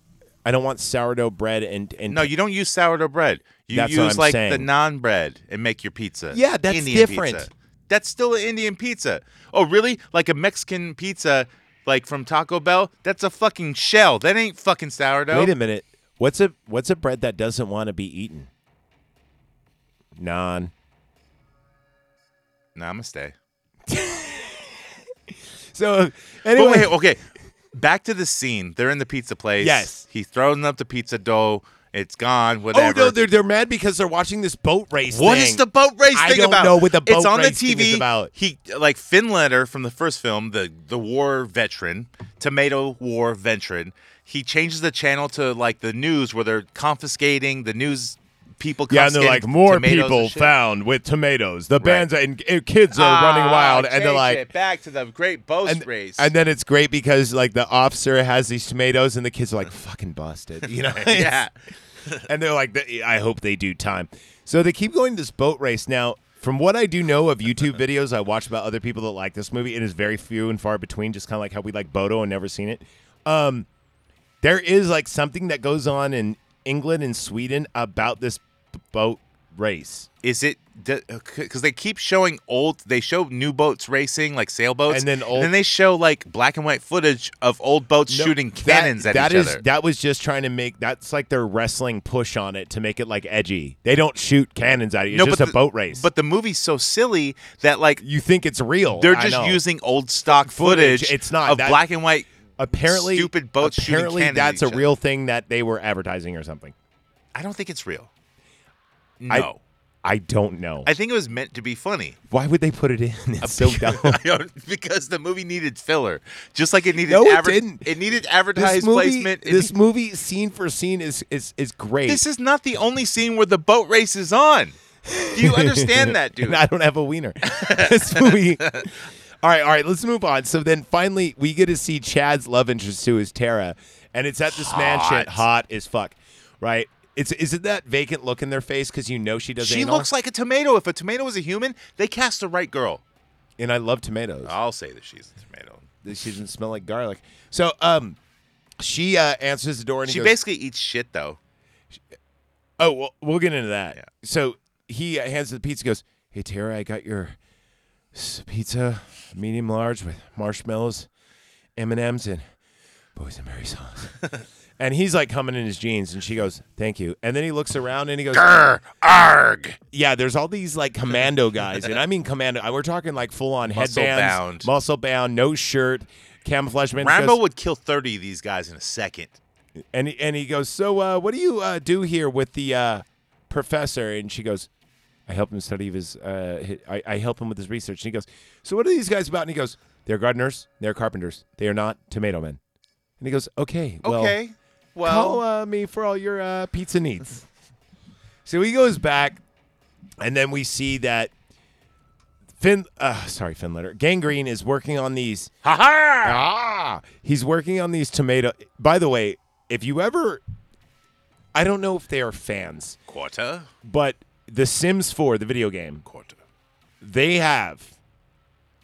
B: I don't want sourdough bread and and.
C: No, you don't use sourdough bread. You
B: That's what
C: use
B: I'm
C: like the
B: saying.
C: non bread and make your pizza.
B: Yeah, that's
C: Indian
B: different.
C: pizza. That's still an Indian pizza. Oh, really? Like a Mexican pizza, like from Taco Bell? That's a fucking shell. That ain't fucking sourdough.
B: Wait a minute. What's a what's a bread that doesn't want to be eaten? Naan.
C: Namaste.
B: So
C: But
B: anyway,
C: wait, okay. Back to the scene. They're in the pizza place.
B: Yes.
C: He's throwing up the pizza dough. It's gone.
B: oh
C: Whatever.
B: no, they're they're mad because they're watching this boat race.
C: What
B: thing.
C: is the boat race
B: I
C: thing
B: don't
C: about?
B: know what the boat
C: it's on
B: race
C: the
B: thing
C: TV.
B: is about.
C: He like Finlander from the first film, the the war veteran, tomato war veteran. He changes the channel to like the news where they're confiscating the news people.
B: Yeah, and they're
C: confiscating
B: like more
C: tomatoes
B: people
C: and shit."
B: found with tomatoes. The bands and, and kids are running
C: Ah,
B: wild, and they're
C: change
B: like,
C: it back to the great boat
B: and,
C: race.
B: and then it's great because like the officer has these tomatoes, and the kids are like fucking busted, you know?
C: yeah,
B: and they're like, "Th- I hope they do time. So they keep going to this boat race. Now, from what I do know of YouTube videos I watch about other people that like this movie, it is very few and far between, just kind of like how we like Bodo and never seen it. Um, there is like something that goes on in England and Sweden about this b- boat race.
C: is it because they keep showing old? They show new boats racing like sailboats,
B: And then old-
C: they show like black and white footage of old boats
B: No,
C: shooting
B: that-
C: cannons at
B: that
C: each
B: is-
C: other.
B: That was just trying to make that's like their wrestling push on it to make it like edgy. They don't shoot cannons at you. It's just a
C: the-
B: boat race.
C: But the movie's so silly that like
B: you think it's real.
C: they're
B: I
C: just
B: know.
C: using old stock
B: Footage,
C: footage.
B: it's not.
C: of
B: That-
C: black and white.
B: apparently
C: stupid boats shooting
B: Apparently,
C: cannon at
B: that's a
C: each other.
B: real thing that they were advertising or something.
C: I don't think it's real.
B: I-
C: No,
B: I don't know.
C: I, think it was meant to be funny.
B: Why would they put it in? It's so dumb.
C: I don't- because the movie needed filler, just like it needed.
B: No, it
C: adver-
B: didn't.
C: It needed
B: This
C: advertised
B: movie,
C: placement. It
B: this
C: ne-
B: movie, scene for scene, is is is great.
C: this is not the only scene where the boat race is on. Do you understand that, dude?
B: And I don't have a wiener. this movie. All right, all right. Let's move on. So then, finally, we get to see Chad's love interest, who is Tara, and it's at this mansion,
C: Hot.
B: hot as fuck, right? It's is it that vacant look in their face because you know she does.
C: she
B: anal?
C: looks like a tomato. If a tomato is a human, they cast the right girl.
B: and I love tomatoes.
C: I'll say that she's a tomato.
B: that she doesn't smell like garlic. So um, she uh, answers the door and he
C: She
B: goes,
C: basically eats shit, though.
B: "Oh, well, we'll get into that."
C: Yeah.
B: So he uh, hands her the pizza, goes, "Hey Tara, I got your s- pizza, medium large with marshmallows, M and M's, and boysenberry sauce." and he's like coming in his jeans, and she goes, "Thank you." And then he looks around and he goes,
C: Arg, arg.
B: yeah, there's all these like commando guys, and I mean commando. I- We're talking like full on headbands,
C: Muscle bound.
B: muscle bound, no shirt, camouflage. man. He
C: Rambo
B: goes-
C: would kill 30 of these guys in a second.
B: and he, and he goes, "So uh, what do you uh, do here with the uh, professor?" And she goes, "I help him study his. Uh, hi I, I help him with his research." And he goes, "So what are these guys about?" And he goes, "They're gardeners. They're carpenters. They are not tomato men." And he goes, "Okay, well,
C: okay. Well,
B: call uh, me for all your uh, pizza needs." so he goes back, and then we see that Finn, uh, sorry, Finn Letter, Gangrene is working on these
C: ha ha!
B: Ah, he's working on these tomato. By the way, if you ever, I don't know if they are fans,
C: Quarter.
B: but The Sims 4, the video game,
C: Quarter.
B: they have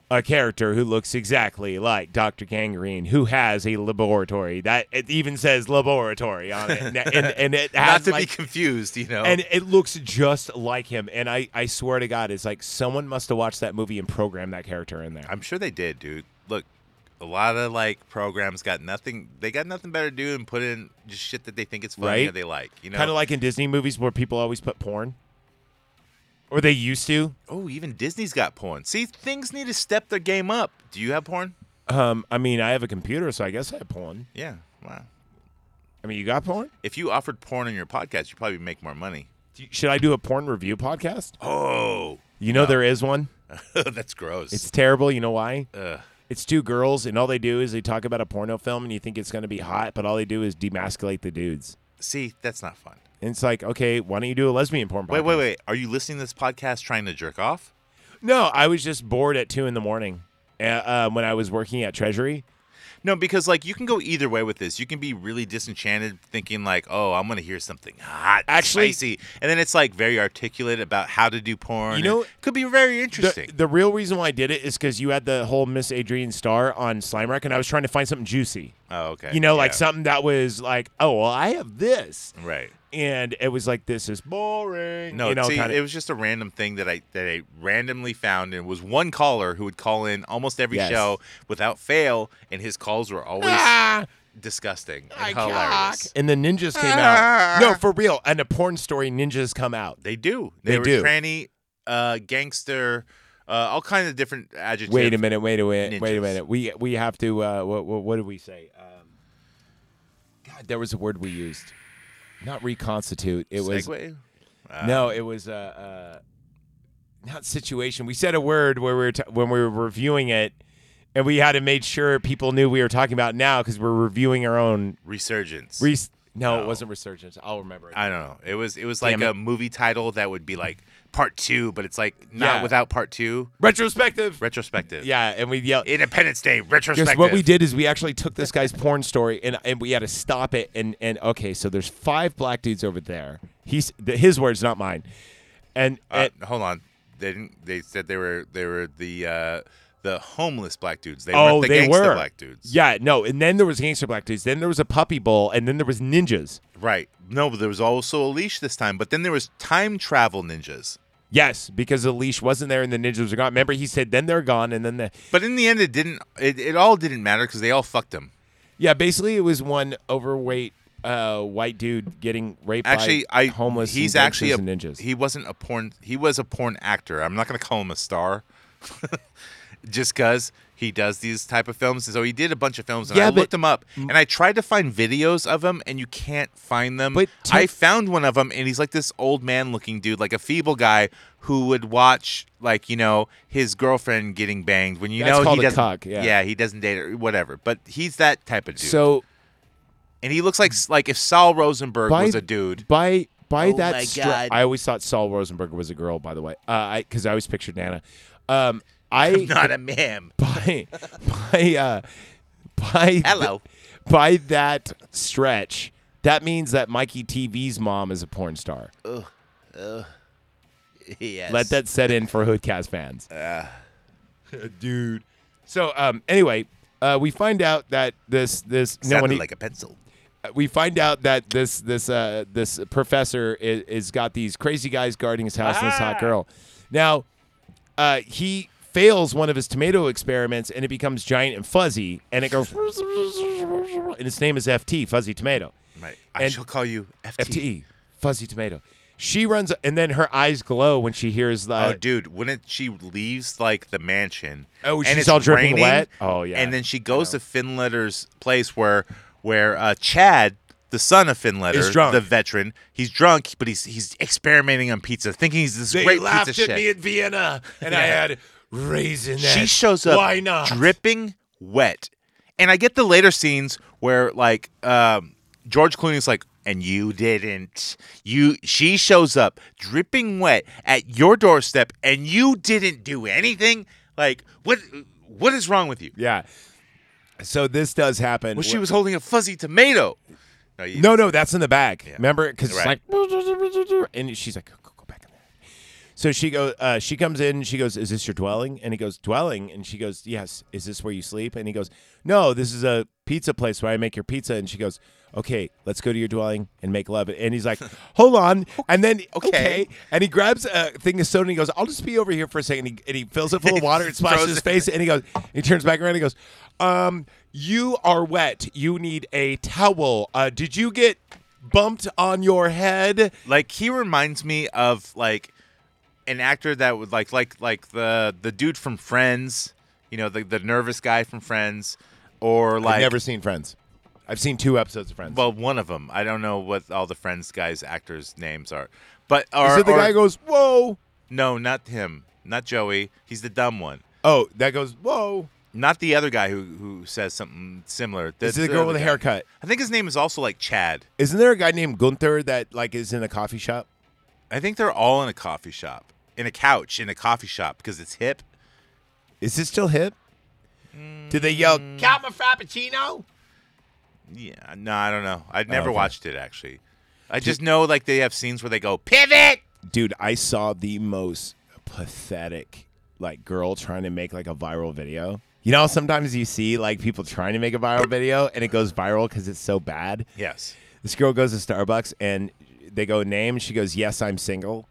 B: a character who looks exactly like Dr. Gangrene, who has a laboratory that it even says laboratory on it, and and, and it
C: Not
B: has
C: to
B: like.
C: be confused, you know.
B: and it looks just like him, and I, I swear to God, it's like someone must have watched that movie and programmed that character in there.
C: I'm sure they did, dude. Look, a lot of like programs got nothing. They got nothing better to do and put in just shit that they think it's funny
B: Right?
C: or they like. You know,
B: Kind of like in Disney movies where people always put porn, or they used to.
C: oh, even Disney's got porn. See, things need to step their game up. Do you have porn?
B: Um, I mean, I have a computer, so I guess I have porn.
C: Yeah. Wow.
B: I mean, you got porn?
C: If you offered porn on your podcast, you'd probably make more money.
B: Do you- Should I do a porn review podcast?
C: Oh,
B: You know there is one.
C: that's gross.
B: It's terrible. You know why?
C: Ugh.
B: It's two girls, and all they do is they talk about a porno film, and you think it's going to be hot, but all they do is demasculate the dudes.
C: See, that's not fun.
B: And it's like, okay, why don't you do a lesbian porn podcast?
C: Wait, wait, wait. Are you listening to this podcast trying to jerk off?
B: No, I was just bored at two in the morning uh, uh, when I was working at Treasury.
C: No, because like you can go either way with this. You can be really disenchanted, thinking like, "Oh, I'm gonna hear something hot,
B: Actually-
C: spicy," and then it's like very articulate about how to do porn.
B: You know-
C: It could be very
B: The,
C: interesting.
B: the real reason why I did it is because you had the whole Miss Adrian Star on Slime Rock, and I was trying to find something juicy.
C: oh, okay.
B: You know, like
C: Yeah.
B: something that was like, oh, well, I have this.
C: Right.
B: And it was like, this is boring.
C: No,
B: you know,
C: see,
B: kinda-
C: it was just a random thing that I that I randomly found, and it was one caller who would call in almost every
B: Yes.
C: show without fail, and his calls were always
B: Ah!
C: disgusting and hilarious.
B: and the ninjas came out. No, for real. And a porn story ninjas come out.
C: They do. They,
B: They
C: were
B: do.
C: tranny, uh, gangster, uh, all kinds of different adjectives.
B: Wait a minute. Wait a minute. Wait a
C: Ninjas.
B: minute. We we have to. Uh, what, what what did we say? Um, God, there was a word we used. Not reconstitute. It was
C: Segue?
B: no. It was uh, uh, not situation. We said a word where we were t- when we were reviewing it, and we had to make sure people knew we were talking about now because we're reviewing our own.
C: resurgence.
B: Re- no, it
C: No.
B: wasn't resurgence. I'll remember it.
C: I don't know. It was it was like
B: Damn it.
C: a movie title that would be like part two, but it's like not
B: Yeah.
C: without part two.
B: Retrospective.
C: Retrospective.
B: yeah, and we yelled.
C: Independence Day retrospective.
B: Because what we did is we actually took this guy's porn story and, and we had to stop it and and okay, so there's five black dudes over there. He's th- his words, not mine. And,
C: Uh,
B: and
C: hold on. They didn't. They said they were they were the uh, the homeless black dudes. They
B: oh,
C: weren't the
B: they
C: gangster
B: were
C: black dudes.
B: Yeah, no. And then there was gangster black dudes. Then there was a puppy bowl, and then there was ninjas.
C: Right. No, but there was also a leash this time. But then there was time travel ninjas.
B: Yes, because the leash wasn't there and the ninjas were gone. Remember, he said then they're gone, and then the
C: But in the end, it didn't. It, it all didn't matter because they all fucked him.
B: yeah. Basically, it was one overweight uh, white dude getting raped.
C: Actually,
B: by
C: I
B: homeless.
C: He's
B: and
C: actually a
B: gangsters and ninjas.
C: He wasn't a porn. He was a porn actor. I'm not gonna call him a star, just because he does these type of films. And so he did a bunch of films, and
B: Yeah,
C: I
B: but-
C: looked him up, and I tried to find videos of him, and you can't find them.
B: But to-
C: I found one of him, and he's like this old man looking dude, like a feeble guy who would watch, like you know, his girlfriend getting banged when you
B: That's
C: know
B: called
C: he
B: a
C: doesn't.
B: cock, yeah.
C: he doesn't date her, whatever. But he's that type of dude.
B: so
C: and he looks like like if Saul Rosenberg
B: By-
C: was a dude.
B: By by
A: Oh my
B: that stra-
A: God.
B: I always thought Saul Rosenberger was a girl. By the way, uh, I because I always pictured Nana. Um, I
C: Not a man.
B: by by uh, by
C: Hello.
B: by that stretch. That means that Mikey TV's mom is a porn star.
A: Yes.
B: Let that set in for Hoodcast fans. dude. So um, anyway, uh, we find out that this this no one
C: a pencil.
B: we find out that this this uh, this professor is, is got these crazy guys guarding his house and this hot girl. Now, uh, he fails one of his tomato experiments and it becomes giant and fuzzy, and it goes, and its name is FT, Fuzzy Tomato.
C: Right. I
B: And- E,
C: shall call you FT.
B: FT, Fuzzy Tomato. She runs, and then her eyes glow when she hears the.
C: Oh, dude! When she leaves like the mansion,
B: Oh,
C: and
B: she's
C: it's
B: all dripping
C: raining,
B: wet? Oh, yeah.
C: And then she goes to Finletter's place where where uh, Chad, the son of Finletter,
B: Is drunk.
C: the veteran, he's drunk, but he's he's experimenting on pizza, thinking he's this great pizza chef.
B: in Vienna, and I had raisin.
C: she shows up dripping wet. And I get the later scenes where like um, George Clooney's like, and you didn't. You she shows up dripping wet at your doorstep and you didn't do anything. Like what what is wrong with you?
B: Yeah. So this does happen.
C: Well, she
B: Wh-
C: was holding a fuzzy tomato. No, you-
B: No, no, that's in the bag. Remember, because
C: Right.
B: it's like, and she's like, go, go, go back in there. So she goes, uh, she comes in. She goes, "Is this your dwelling?" And he goes, "Dwelling." And she goes, "Yes." Is this where you sleep? And he goes, "No, this is a pizza place where I make your pizza." And she goes, "Okay, let's go to your dwelling and make love." And he's like, "Hold on." And then okay,
C: Okay.
B: and he grabs a thing of soda and he goes, "I'll just be over here for a second. And he, and he fills it full of water and splashes
C: Throws
B: his
C: it.
B: face. And he goes, he turns back around and he goes, "Um, you are wet. You need a towel. Uh, did you get bumped on your head?"
C: Like he reminds me of like an actor that would like like like the the dude from Friends, you know, the the nervous guy from Friends, or like
B: I've never seen Friends. I've seen two episodes of Friends.
C: Well, one of them. I don't know what all the Friends guys actors' names are, but
B: is
C: are,
B: it the
C: are-
B: guy goes whoa?
C: No, not him. Not Joey. He's the dumb one.
B: Oh, that goes whoa.
C: Not the other guy who who says something similar.
B: Is it the
C: other
B: girl with a
C: guy.
B: haircut?
C: I think his name is also like Chad.
B: Isn't there a guy named Gunther that like is in a coffee shop?
C: I think they're all in a coffee shop, in a couch, in a coffee shop because it's hip.
B: Is it still hip? Do they yell
C: Mm.
B: "Count my frappuccino"?
C: Yeah. No, I don't know. I'd never
B: Oh, okay.
C: watched it actually. I just know like they have scenes where they go pivot.
B: Dude, I saw the most pathetic like girl trying to make like a viral video. You know, how sometimes you see like people trying to make a viral video and it goes viral because it's so bad.
C: Yes.
B: This girl goes to Starbucks and they go name. She goes, "Yes, I'm single."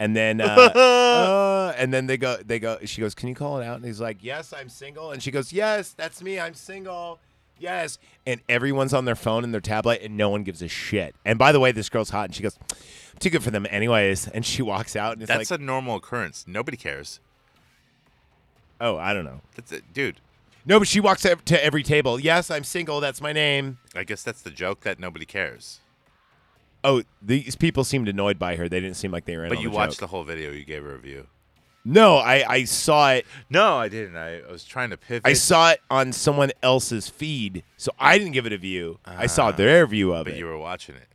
B: And then, uh, uh, and then they go, they go. She goes, "Can you call it out?" And he's like, "Yes, I'm single." And she goes, "Yes, that's me. I'm single." Yes. And everyone's on their phone and their tablet, and no one gives a shit. And by the way, this girl's hot, and she goes, "Too good for them, anyways." And she walks out, and it's
C: That's
B: like,
C: a normal occurrence. Nobody cares.
B: "Oh, I don't know."
C: That's it, dude.
B: No, but she walks up to every table. Yes, I'm single. That's my name.
C: I guess that's the joke that nobody cares.
B: Oh, these people seemed annoyed by her. They didn't seem like they were. in
C: But
B: on
C: you
B: the
C: watched
B: joke.
C: the whole video. You gave a review.
B: No, I I saw it.
C: No, I didn't. I, I was trying to pivot.
B: I saw it on someone else's feed, so I didn't give it a view. I saw their view of
C: but
B: it.
C: you were watching it.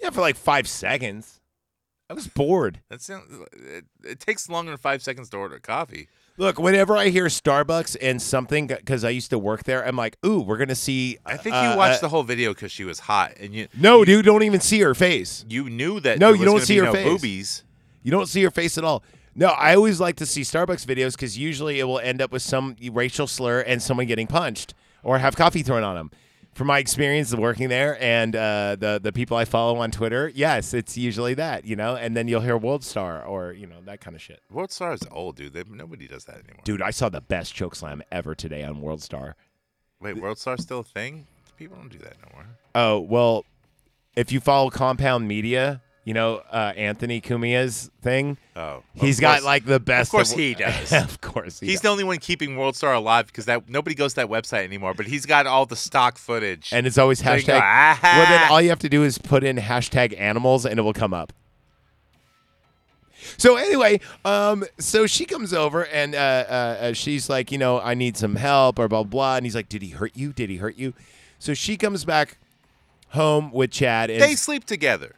B: yeah, for like five seconds. I was bored.
C: That sounds. It, it takes longer than five seconds to order coffee.
B: Look, whenever I hear Starbucks and something, because I used to work there, I'm like, ooh, we're gonna see.
C: I think
B: uh,
C: you watched
B: uh,
C: the whole video because she was hot, and you
B: No, dude, don't even see her face.
C: you knew that.
B: No,
C: there
B: you
C: was
B: don't
C: gonna
B: see
C: be
B: her
C: no
B: face.
C: Boobies.
B: You don't see her face at all. No, I always like to see Starbucks videos because usually it will end up with some racial slur and someone getting punched or have coffee thrown on them. From my experience of working there and uh, the the people I follow on Twitter, yes, it's usually that you know. And then you'll hear World Star or you know that kind of shit.
C: World Star is old, dude. They, nobody does that anymore.
B: Dude, I saw the best choke slam ever today on World Star.
C: Wait, World Star's still a thing? People don't do that no more.
B: Oh well, if you follow Compound Media, you know uh, Anthony Cumia's thing.
C: Oh, of
B: he's got
C: course-
B: like the best.
C: course he does.
B: of course, he
C: He's
B: does.
C: the only one keeping World Star alive because that nobody goes to that website anymore. But he's got all the stock footage.
B: and it's always
C: So you
B: hashtag.
C: go, "Ah ha."
B: Well, then all you have to do is put in hashtag animals, and it will come up. So anyway, um, so she comes over and uh, uh, uh, she's like, you know, I need some help or blah blah, and he's like, did he hurt you? Did he hurt you? So she comes back home with Chad, and
C: they sleep together.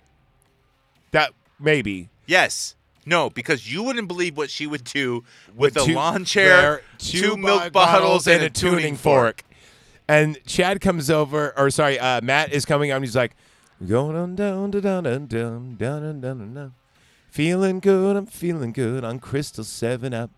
B: that maybe
C: Yes. No, because you wouldn't believe what she would do with, a
B: two-
C: lawn chair,
B: there,
C: two, milk bottles, and a tuning fork.
B: And Chad comes over, or sorry, uh, Matt is coming out and he's like, going on down, down, down, down, down, down, down, down, down. Feeling good, I'm feeling good on Crystal 7 Up.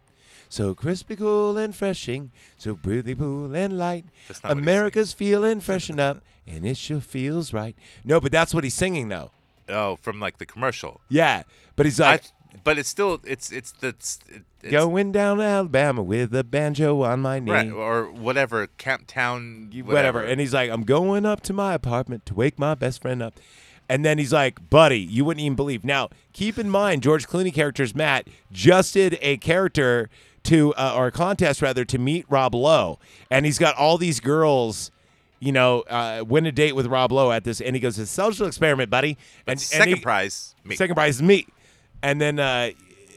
B: So crispy, cool, and freshing. So breathy, cool, and light.
C: That's not what he's
B: America's feeling freshened up, and it sure feels right. No, but that's what he's singing, though.
C: Oh, from like the commercial.
B: Yeah. But he's
C: I,
B: like,
C: but it's still it's it's the it's, it's
B: going down to Alabama with a banjo on my knee.
C: right, or whatever Camp Town
B: whatever. And he's like, I'm going up to my apartment to wake my best friend up. And then he's like, buddy, you wouldn't even believe. Now, keep in mind, George Clooney character's Matt just did a character to, uh, or a contest rather, to meet Rob Lowe. And he's got all these girls, you know, uh, win a date with Rob Lowe at this. And he goes, it's a social experiment, buddy. And, and
C: second
B: he-
C: prize. Me.
B: Second prize is me. And then, uh,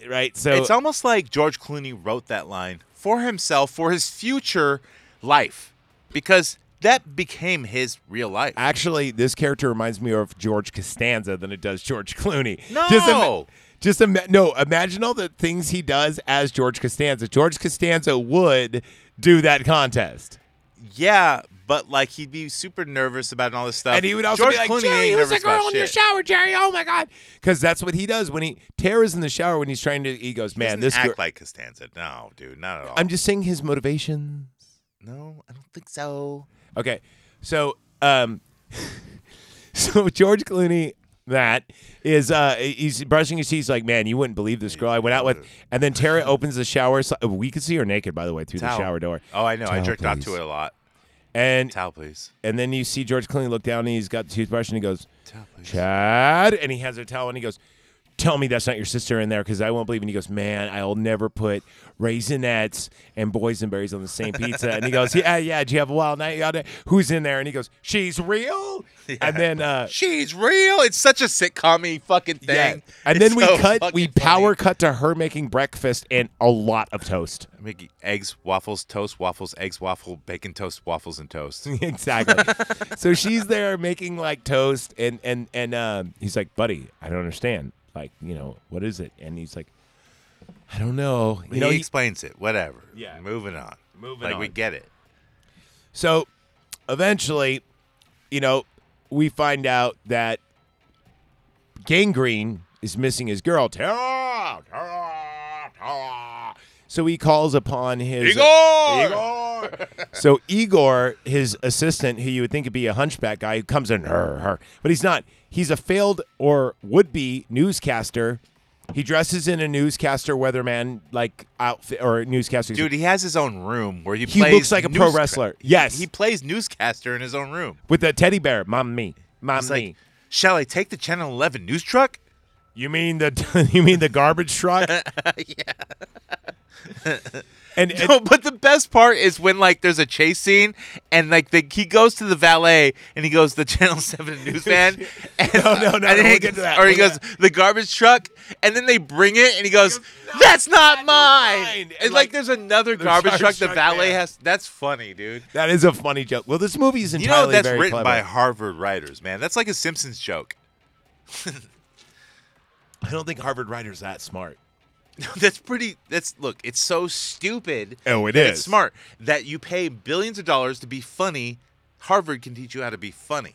B: right, so.
C: it's almost like George Clooney wrote that line for himself for his future life because that became his real life.
B: Actually, this character reminds me more of George Costanza than it does George Clooney.
C: No!
B: Just, ima- just ima- no, imagine all the things he does as George Costanza. George Costanza would do that contest.
C: yeah, but like he'd be super nervous about it and all this stuff.
B: And he would also
C: George
B: be like,
C: Clooney
B: Jerry,
C: ain't
B: who's the
C: nervous about
B: girl in your
C: shit.
B: shower, Jerry? Oh my God. Because that's what he does when he Tara's in the shower when he's trying to he goes, Man,
C: Doesn't
B: this
C: act
B: girl
C: like Costanza. No, dude, not at all.
B: I'm just saying his motivations.
C: no, I don't think so.
B: Okay. So um so George Clooney that is uh he's brushing his teeth he's like man you wouldn't believe this girl I went out with and then Tara opens the shower so, uh, we could see her naked by the way through
C: Towel.
B: the shower door
C: Oh, I know. I
B: Towel,
C: jerked off
B: please.
C: to it a lot.
B: and
C: Towel, please.
B: and then you see George Clooney look down and he's got the toothbrush and he goes
C: Towel, please.
B: Chad and he has a towel and he goes tell me that's not your sister in there because I won't believe it. And he goes, man, I'll never put raisinettes and boysenberries on the same pizza. And he goes, yeah, yeah, did you have a wild night? out there? Who's in there? And he goes, she's real? And then uh,
C: She's real. It's such a sitcom fucking
B: yeah.
C: thing.
B: And
C: It's
B: then we
C: so
B: cut,
C: fucking
B: we
C: funny.
B: power cut to her making breakfast and a lot of toast.
C: Mickey, eggs, waffles, toast, waffles, eggs, waffle, bacon, toast, waffles, and toast.
B: exactly. so she's there making like toast, and and and um, he's like, "Buddy, I don't understand. Like, you know, what is it?" And he's like, "I don't know." You know.
C: he
B: he-
C: explains it. Whatever.
B: Yeah.
C: Moving on.
B: Moving
C: like we
B: on.
C: get it.
B: so eventually, you know, we find out that Gangrene is missing his girl. Tara, Tara, Tara. So he calls upon his Igor. so Igor, his assistant, who you would think would be a hunchback guy, who comes in her, her, but he's not. He's a failed or would-be newscaster. He dresses in a newscaster weatherman like outfit or newscaster.
C: Dude, he has his own room where he,
B: He
C: plays
B: looks like a pro
C: newsca-
B: wrestler. Yes.
C: He plays newscaster in his own room.
B: with a teddy bear, mom me, mom
C: He's
B: me.
C: like, shall I take the Channel 11 news truck?
B: You mean the you mean the garbage truck? yeah. and, and-
C: No, but the best part is when like there's a chase scene and like the, he goes to the valet and he goes the Channel Seven news van. And,
B: No, no, no,
C: and
B: no,
C: then
B: we'll
C: he
B: get to
C: goes-
B: that,
C: Or he
B: we'll
C: goes
B: get
C: the garbage truck, and then they bring it, and he goes, "That's not mine."
B: mine.
C: And,
B: And,
C: like,
B: like,
C: there's another garbage, truck,
B: garbage
C: the
B: truck
C: valet
B: man.
C: has. That's funny, dude.
B: that is a funny joke. Well, this movie is
C: you know
B: entirely
C: that's
B: very
C: written
B: clever.
C: by Harvard writers, man. That's like a Simpsons joke.
B: I don't think Harvard writers that smart.
C: that's pretty. That's look. It's so stupid.
B: Oh, it
C: that It's
B: is.
C: smart that you pay billions of dollars to be funny. Harvard can teach you how to be funny.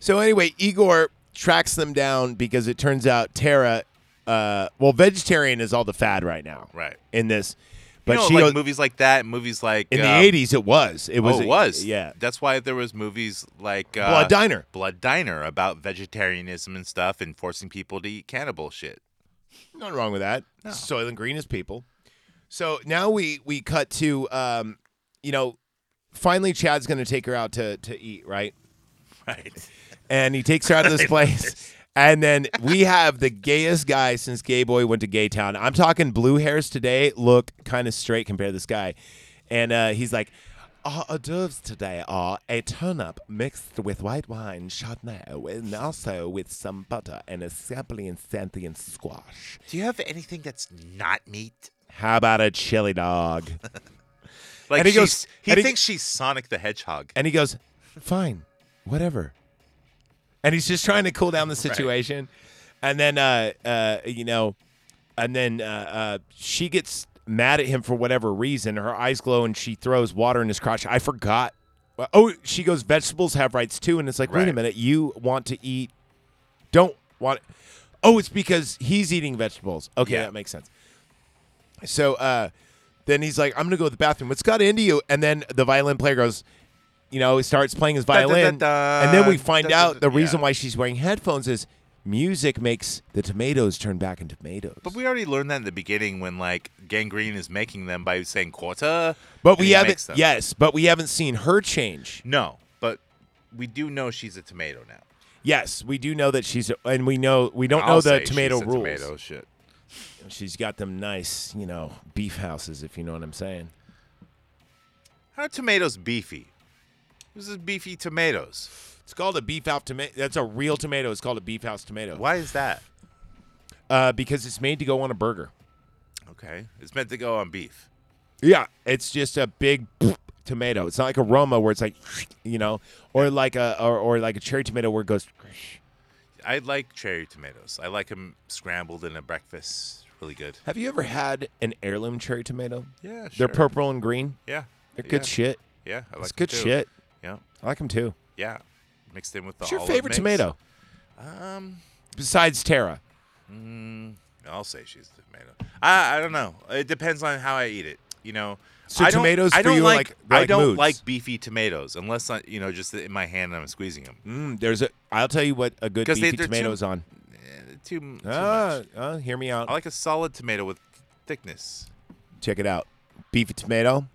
B: So anyway, Igor tracks them down because it turns out Tara, uh, well, vegetarian is all the fad right now,
C: Right.
B: In this,
C: But
B: but
C: you know,
B: she
C: like
B: goes-
C: movies like that, movies like
B: in
C: um,
B: the '80s it was it was
C: oh, it was
B: yeah.
C: That's why there was movies like uh,
B: Blood Diner.
C: Blood Diner about vegetarianism and stuff, and forcing people to eat cannibal shit.
B: Nothing wrong with that. Soylent Green is people. So now we we cut to um, you know, finally Chad's gonna take her out to to eat, right?
C: Right.
B: And he takes her out of this place. And then we have the gayest guy since Gay Boy went to Gay Town. I'm talking blue hairs today look kind of straight compared to this guy. And uh, he's like, Our hors d'oeuvres today are a turnip mixed with white wine, Chardonnay, and also with some butter and a scampi and santhi and squash.
C: Do you have anything that's not meat?
B: How about a chili dog?
C: Like
B: And he goes-
C: she's- he
B: and he-
C: thinks she's Sonic the Hedgehog.
B: And he goes, Fine, whatever. And he's just trying to cool down the situation. And then, uh, uh, you know, and then uh, uh, she gets mad at him for whatever reason. Her eyes glow and she throws water in his crotch. I forgot. Oh, she goes, Vegetables have rights too. And it's like, Wait a
C: Right.
B: minute, you want to eat, don't want. Oh, it's because he's eating vegetables. Okay,
C: Yeah.
B: that makes sense. So uh, then he's like, I'm going to go to the bathroom. What's got into you? And then the violin player goes, you know, he starts playing his
C: da, da,
B: violin.
C: da.
B: And then we find
C: Da, da,
B: out
C: da,
B: the reason
C: yeah.
B: why she's wearing headphones is music makes the tomatoes turn back into tomatoes.
C: But we already learned that in the beginning when like Gangrene is making them by saying quarter.
B: But
C: and
B: we
C: he
B: haven't,
C: makes them.
B: yes, but we haven't seen her change.
C: No, but we do know she's a tomato now.
B: Yes, we do know that she's, and we know, we don't
C: I'll
B: know the
C: say
B: tomato
C: she's a
B: rules.
C: Tomato shit.
B: She's got them nice, you know, beef houses, if you know what I'm saying.
C: How are tomatoes beefy? This is beefy tomatoes.
B: It's called a beef house tomato. That's a real tomato. It's called a beef house tomato.
C: Why is that?
B: Uh, because it's made to go on a burger.
C: Okay, it's meant to go on beef.
B: Yeah, it's just a big tomato. It's not like a Roma where it's like, you know, or like a or, or like a cherry tomato where it goes.
C: I like cherry tomatoes. I like them scrambled in a breakfast. Really good.
B: Have you ever had an heirloom cherry tomato?
C: Yeah,
B: They're
C: sure.
B: purple and green.
C: Yeah,
B: They're good
C: yeah.
B: shit.
C: Yeah, I like
B: It's
C: 'em
B: good
C: too.
B: shit.
C: Yeah,
B: I like them too.
C: yeah. Mixed in with the.
B: What's your
C: olive
B: favorite
C: mix.
B: tomato
C: Um,
B: besides Terra?
C: I'll say she's a tomato. I I don't know. It depends on how I eat it. You know.
B: So
C: I don't-
B: tomatoes
C: I
B: for
C: don't
B: you are
C: like,
B: like- they're
C: I
B: like
C: don't
B: moods.
C: like beefy tomatoes unless I, you know just in my hand and I'm squeezing them.
B: Mm, there's a. I'll tell you what a good
C: 'Cause they-
B: beefy
C: they're
B: tomato
C: too-
B: is on.
C: Eh, too, too
B: Ah,
C: much.
B: uh, hear me out.
C: I like a solid tomato with thickness.
B: Check it out. Beefy tomato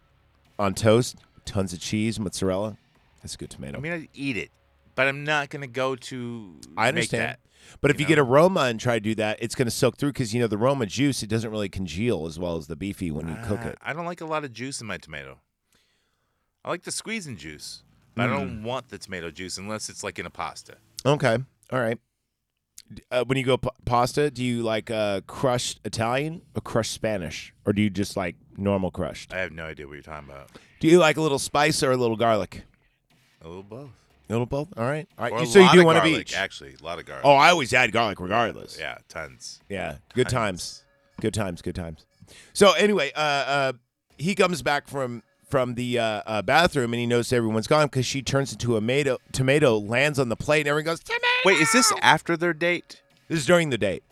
B: on toast, tons of cheese, mozzarella. That's a good tomato.
C: I mean, I eat it, but I'm not gonna go to
B: I
C: make
B: understand.
C: that.
B: but if you
C: you
B: get
C: know?
B: a Roma and try to do that, it's going to soak through because you know the Roma juice it doesn't really congeal as well as the beefy when you cook
C: Ah,
B: it.
C: I don't like a lot of juice in my tomato. I like the squeezing juice, but I
B: Hmm.
C: don't want the tomato juice unless it's like in a pasta.
B: Okay, all right. D- Uh, when you go p- pasta, do you like uh, crushed Italian or crushed Spanish, or do you just like normal crushed?
C: I have no idea what you're talking about.
B: Do you like a little spice or a little garlic?
C: A little both.
B: A little both. All right, all right.
C: Or
B: You-
C: a
B: so you
C: lot
B: do
C: of
B: one
C: garlic,
B: of each.
C: Actually, a lot of garlic.
B: Oh, I always add garlic regardless.
C: yeah, tons.
B: Yeah, good times, good times, good times. So anyway, uh, uh, he comes back from from the uh, uh, bathroom and he knows everyone's gone because she turns into a tomato. Tomato lands on the plate and everyone goes. Tomato!
C: Wait, is this after their date?
B: This is during the date.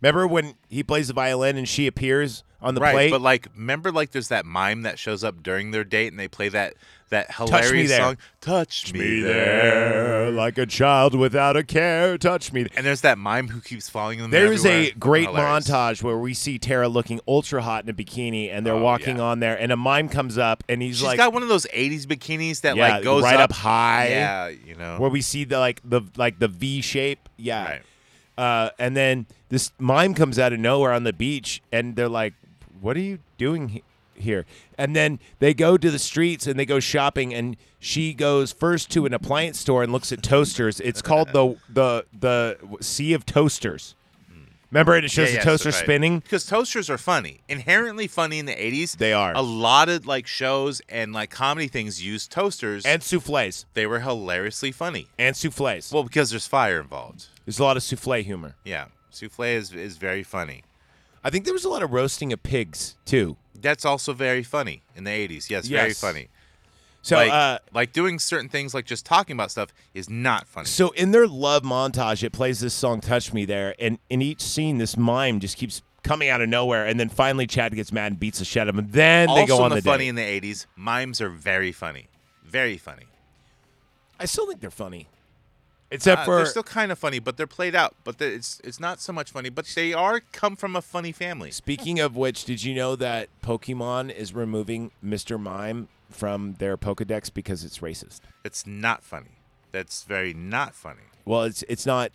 B: Remember when he plays the violin and she appears on the
C: right,
B: plate?
C: but like, remember, like, there's that mime that shows up during their date, and they play that that
B: me
C: hilarious
B: there.
C: song, "Touch Me,
B: me
C: there."
B: there like a child without a care. Touch me.
C: And there's that mime who keeps following them.
B: There is a
C: everywhere.
B: great
C: Hilarious.
B: montage where we see Tara looking ultra hot in a bikini, and they're
C: Oh,
B: walking
C: yeah.
B: on there, and a mime comes up, and he's
C: She's
B: like,
C: got one of those '80s bikinis that
B: Yeah,
C: like goes
B: right up high.
C: Yeah, you know.
B: where we see the like the like the V shape, yeah.
C: Right.
B: Uh, and then this mime comes out of nowhere on the beach, and they're like, "What are you doing he- here?" And then they go to the streets and they go shopping, and she goes first to an appliance store and looks at toasters. It's called the the the Sea of Toasters. Remember, it shows
C: Yeah,
B: the
C: yes,
B: toaster
C: right.
B: spinning.
C: because toasters are funny, inherently funny in the '80s.
B: They are.
C: A lot of like shows and like comedy things use toasters,
B: and souffles
C: they were hilariously funny.
B: and souffles.
C: Well, because there's fire involved.
B: There's a lot of souffle humor.
C: Yeah, souffle is is very funny.
B: I think there was a lot of roasting of pigs too.
C: That's also very funny in the 80s. Yes, very
B: Yes.
C: funny.
B: So,
C: like,
B: uh,
C: like doing certain things, like just talking about stuff, is not funny.
B: so in their love montage, it plays this song "Touch Me" there, and in each scene, this mime just keeps coming out of nowhere, and then finally, Chad gets mad and beats the shit out of him. Then
C: also,
B: they go on
C: the,
B: the,
C: funny
B: date.
C: in the 80s, mimes are very funny. Very funny.
B: I still think they're funny, except
C: Uh,
B: for
C: they're still kind of funny, but they're played out. But they're- it's it's not so much funny. But they are come from a funny family.
B: speaking of which, did you know that Pokemon is removing Mr. Mime from their Pokedex because it's racist?
C: It's not funny. That's very not funny.
B: Well, it's it's not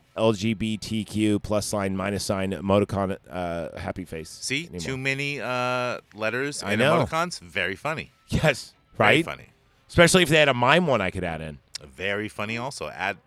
B: LGBTQ plus sign minus sign emoticon uh, happy face.
C: See,
B: anymore.
C: too many uh, letters
B: I
C: and
B: know.
C: emoticons. Very funny.
B: yes,
C: Very
B: right,
C: funny.
B: especially if they had a mime one I could add in.
C: Very funny. Also, add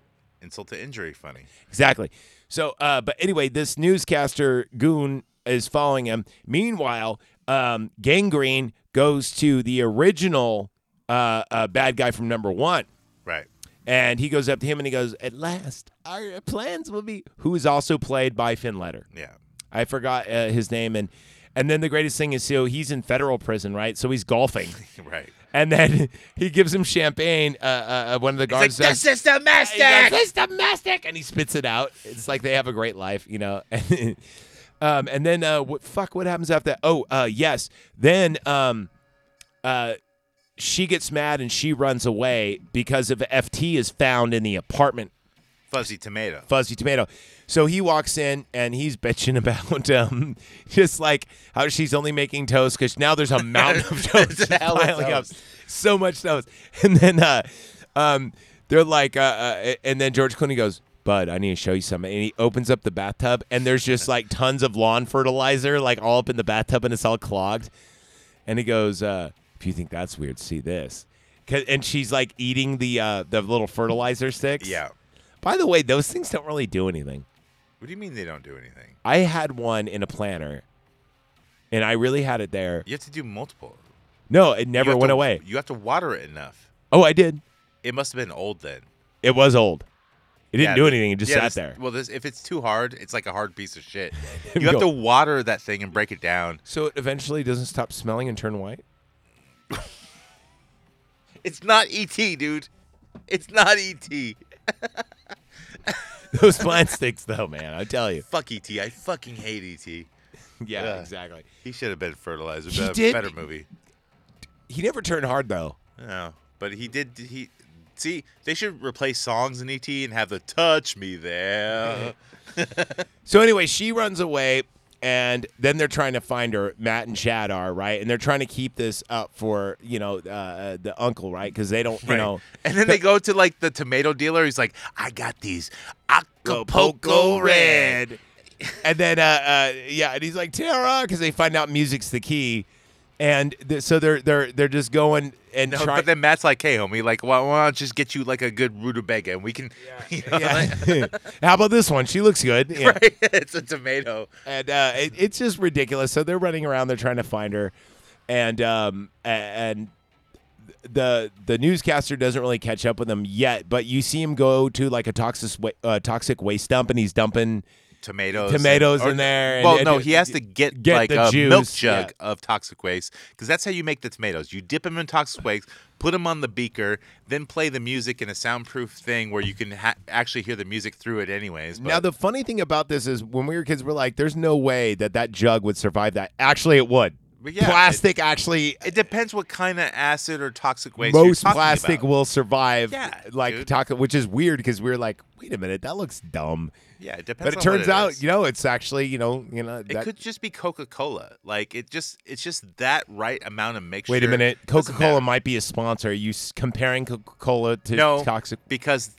C: insult to injury. Funny.
B: Exactly. So, uh, but anyway, this newscaster goon is following him. Meanwhile, um, Gangrene goes to the original uh, uh, bad guy from number one,
C: Right.
B: and he goes up to him and he goes, "At last, our plans will be." Who is also played by Finn Letter.
C: Yeah.
B: I forgot uh, his name, and and then the greatest thing is so he's in federal prison, right? So he's golfing.
C: Right.
B: And then he gives him champagne. Uh, uh, uh, one of the guards
C: It's like,
B: says,
C: this is domestic.
B: He goes, "This domestic," and he spits it out. It's like they have a great life, you know. um, and then uh, what? Fuck, what happens after that? Oh, uh, yes. Then um, uh, she gets mad and she runs away because of FT is found in the apartment.
C: Fuzzy tomato.
B: Fuzzy Tomato. So he walks in and he's bitching about um, just like how she's only making toast because now there's a mountain of toast
C: It's a
B: just
C: hell of
B: piling up,
C: toast.
B: so much toast. And then uh, um, they're like, uh, uh, and then George Clooney goes, "Bud, I need to show you something." And he opens up the bathtub and there's just like tons of lawn fertilizer like all up in the bathtub and it's all clogged. And he goes, uh, "If you think that's weird, see this." 'Cause- And she's like eating the uh, the little fertilizer sticks.
C: Yeah.
B: By the way, those things don't really do anything.
C: What do you mean they don't do anything?
B: I had one in a planner, and I really had it there.
C: You have to do multiple.
B: No, it
C: You
B: never
C: have
B: went
C: to-
B: away.
C: You have to water it enough.
B: Oh, I did.
C: It must have been old then.
B: It was old. It didn't
C: Yeah,
B: do
C: th-
B: anything. It just
C: yeah,
B: sat
C: this-
B: there.
C: Well, this, if it's too hard, it's like a hard piece of shit. you have
B: Go.
C: to water that thing and break it down.
B: so it eventually doesn't stop smelling and turn white.
C: It's not ET, dude. It's not E ET.
B: Those plant sticks, though, man. I tell you.
C: Fuck ET. I fucking hate ET.
B: Yeah,
C: Yeah.
B: exactly.
C: He should have been fertilizer.
B: He
C: Better,
B: did-
C: better movie.
B: He never turned hard though.
C: No, but he did. He see. They should replace songs in E ET and have the "Touch Me There."
B: So anyway, she runs away, and then they're trying to find her. Matt and Chad are right, and they're trying to keep this up for you know uh, the uncle, right? Because they don't, you know,
C: and then they go to like the tomato dealer. He's like, I got these Acapulco Red.
B: and then, uh, uh, yeah, and he's like Tara, because they find out music's the key, and th- so they're they're they're just going and
C: No,
B: trying.
C: but then Matt's like, "Hey, homie, like, why, why not just get you like a good rutabaga, and we can, you know, like-
B: Yeah. How about this one? She looks good. Yeah.
C: right? It's a tomato.
B: and uh, it, it's just ridiculous. So they're running around, they're trying to find her, and um, a- and the the newscaster doesn't really catch up with them yet. But you see him go to like a toxic wa- uh, toxic waste dump, and he's dumping.
C: Tomatoes,
B: Tomatoes
C: or-
B: in there and-
C: Well,
B: and-
C: no, he has to get,
B: get
C: like
B: the
C: a milk
B: juice,
C: jug
B: yeah.
C: of toxic waste because that's how you make the tomatoes. You dip them in toxic waste, put them on the beaker, then play the music in a soundproof thing where you can ha- actually hear the music through it, anyways. But
B: Now the funny thing about this is when we were kids, we're like, "There's no way that that jug would survive that." Actually, it would.
C: But yeah,
B: plastic actually.
C: it depends what kind of acid or toxic waste. you're
B: most
C: talking
B: plastic
C: about.
B: will survive,
C: Yeah,
B: like
C: dude.
B: talk, which is weird because we are like, wait a minute, that looks dumb.
C: Yeah, it depends.
B: But it
C: on what
B: turns out,
C: is.
B: you know, it's actually, you know, you know,
C: It
B: that,
C: could just be Coca Cola. Like it just it's just that right amount of mixture.
B: Wait a minute. Coca
C: Doesn't
B: Cola
C: matter.
B: might be a sponsor. Are you s- comparing Coca Cola to
C: no
B: toxic?
C: because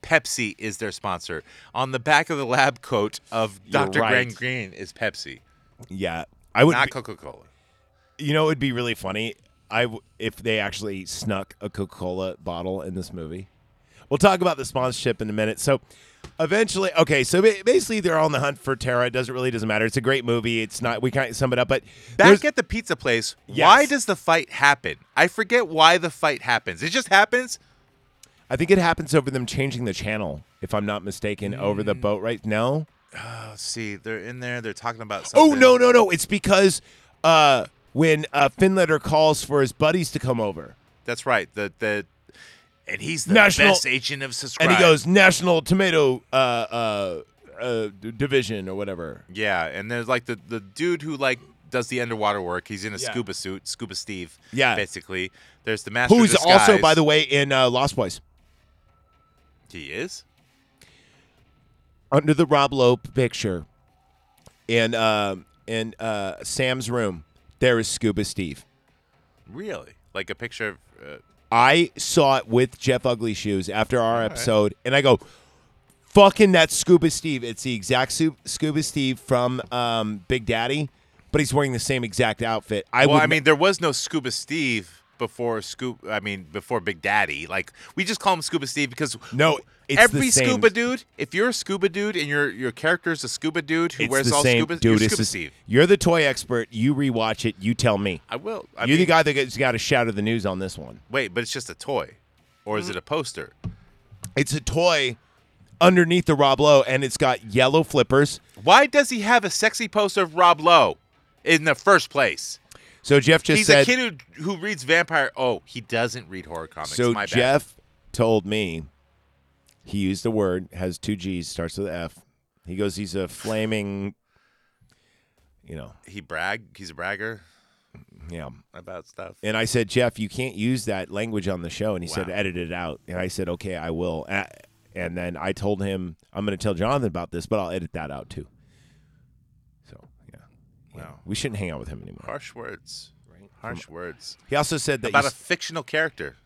C: Pepsi is their sponsor. On the back of the lab coat of
B: You're
C: Dr. Graham
B: right.
C: Green is Pepsi,
B: Yeah, I would.
C: not
B: be-
C: Coca Cola.
B: you know, it'd be really funny. I w- if they actually snuck a Coca Cola bottle in this movie. We'll talk about the sponsorship in a minute. So, eventually, okay. So ba- basically, they're on the hunt for Tara. It doesn't really doesn't matter. It's a great movie. It's not. We can't sum it up, but
C: Back
B: there's-
C: at the pizza place,
B: Yes.
C: why does the fight happen? I forget why the fight happens. It just happens.
B: I think it happens over them changing the channel, if I'm not mistaken, over the boat. Right? No.
C: Oh, see, they're in there. They're talking about something.
B: Oh no no no! It's because uh, when uh, Finletter calls for his buddies to come over,
C: That's right. The the and he's the
B: National-
C: best agent of subscribe.
B: and he goes National Tomato uh, uh, uh, D- Division or whatever.
C: Yeah, and there's like the the dude who like does the underwater work. He's in a
B: Yeah.
C: scuba suit, scuba Steve.
B: Yeah.
C: basically. There's the master.
B: Who's
C: of
B: also, by
C: disguise.
B: the way, in uh, Lost Boys.
C: he is.
B: Under the Rob Lowe picture, in uh, in uh, Sam's room, there is Scuba Steve.
C: Really, like a picture of. Uh,
B: I saw it with Jeff Ugly Shoes after our episode, and I go, "Fucking that Scuba Steve! It's the exact Su- Scuba Steve from um, Big Daddy, but he's wearing the same exact outfit." I
C: well,
B: would
C: I mean, there was no scuba Steve before scoop. I mean, before Big Daddy. Like we just call him scuba Steve because
B: No, it's the
C: every
B: same-
C: scuba dude. If you're a scuba dude and your your character is a scuba dude who
B: it's
C: wears
B: the
C: all
B: same
C: scuba,
B: dude.
C: you're
B: it's
C: scuba
B: the-
C: Steve.
B: You're the toy expert. You rewatch it. You tell me.
C: I will. I
B: you're the
C: mean-
B: guy that's got to shatter the news on this one.
C: Wait, but it's just a toy, or
B: Mm-hmm.
C: is it a poster?
B: It's a toy underneath the Rob Lowe, and it's got yellow flippers.
C: Why does he have a sexy poster of Rob Lowe in the first place?
B: So Jeff just
C: He's
B: said.
C: a kid who, who reads vampire. Oh, he doesn't read horror comics.
B: So
C: My bad.
B: Jeff told me he used a word has two G's, starts with a F. He goes, he's a flaming, you know,
C: he brag. He's a bragger
B: yeah.
C: about stuff.
B: And I said, Jeff, you can't use that language on the show. And he said,
C: Wow.
B: edit it out. And I said, okay, I will. A- And then I told him, I'm going to tell Jonathan about this, but I'll edit that out too. So yeah,
C: Wow,
B: we shouldn't hang out with him anymore.
C: harsh words. Harsh words
B: He also said that,
C: about
B: you
C: a
B: s-
C: fictional character.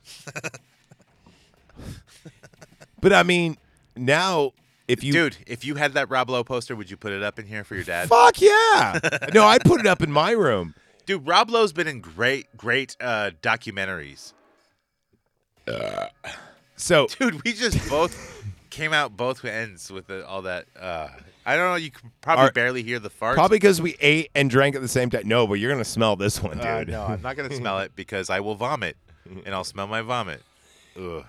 B: but I mean, now if you
C: Dude, if you had that Rob Lowe poster, would you put it up in here for your dad?
B: fuck yeah, no, I put it up in my room.
C: Dude, Rob Lowe's been in great, great uh, documentaries.
B: So
C: Dude, we just both came out both ends with the, all that. Uh, I don't know. You can probably
B: Are-
C: barely hear the fart.
B: Probably because we ate and drank at the same time. No, but you're gonna smell this one, dude.
C: Uh, no, I'm not gonna smell it because I will vomit, and I'll smell my vomit. Ugh.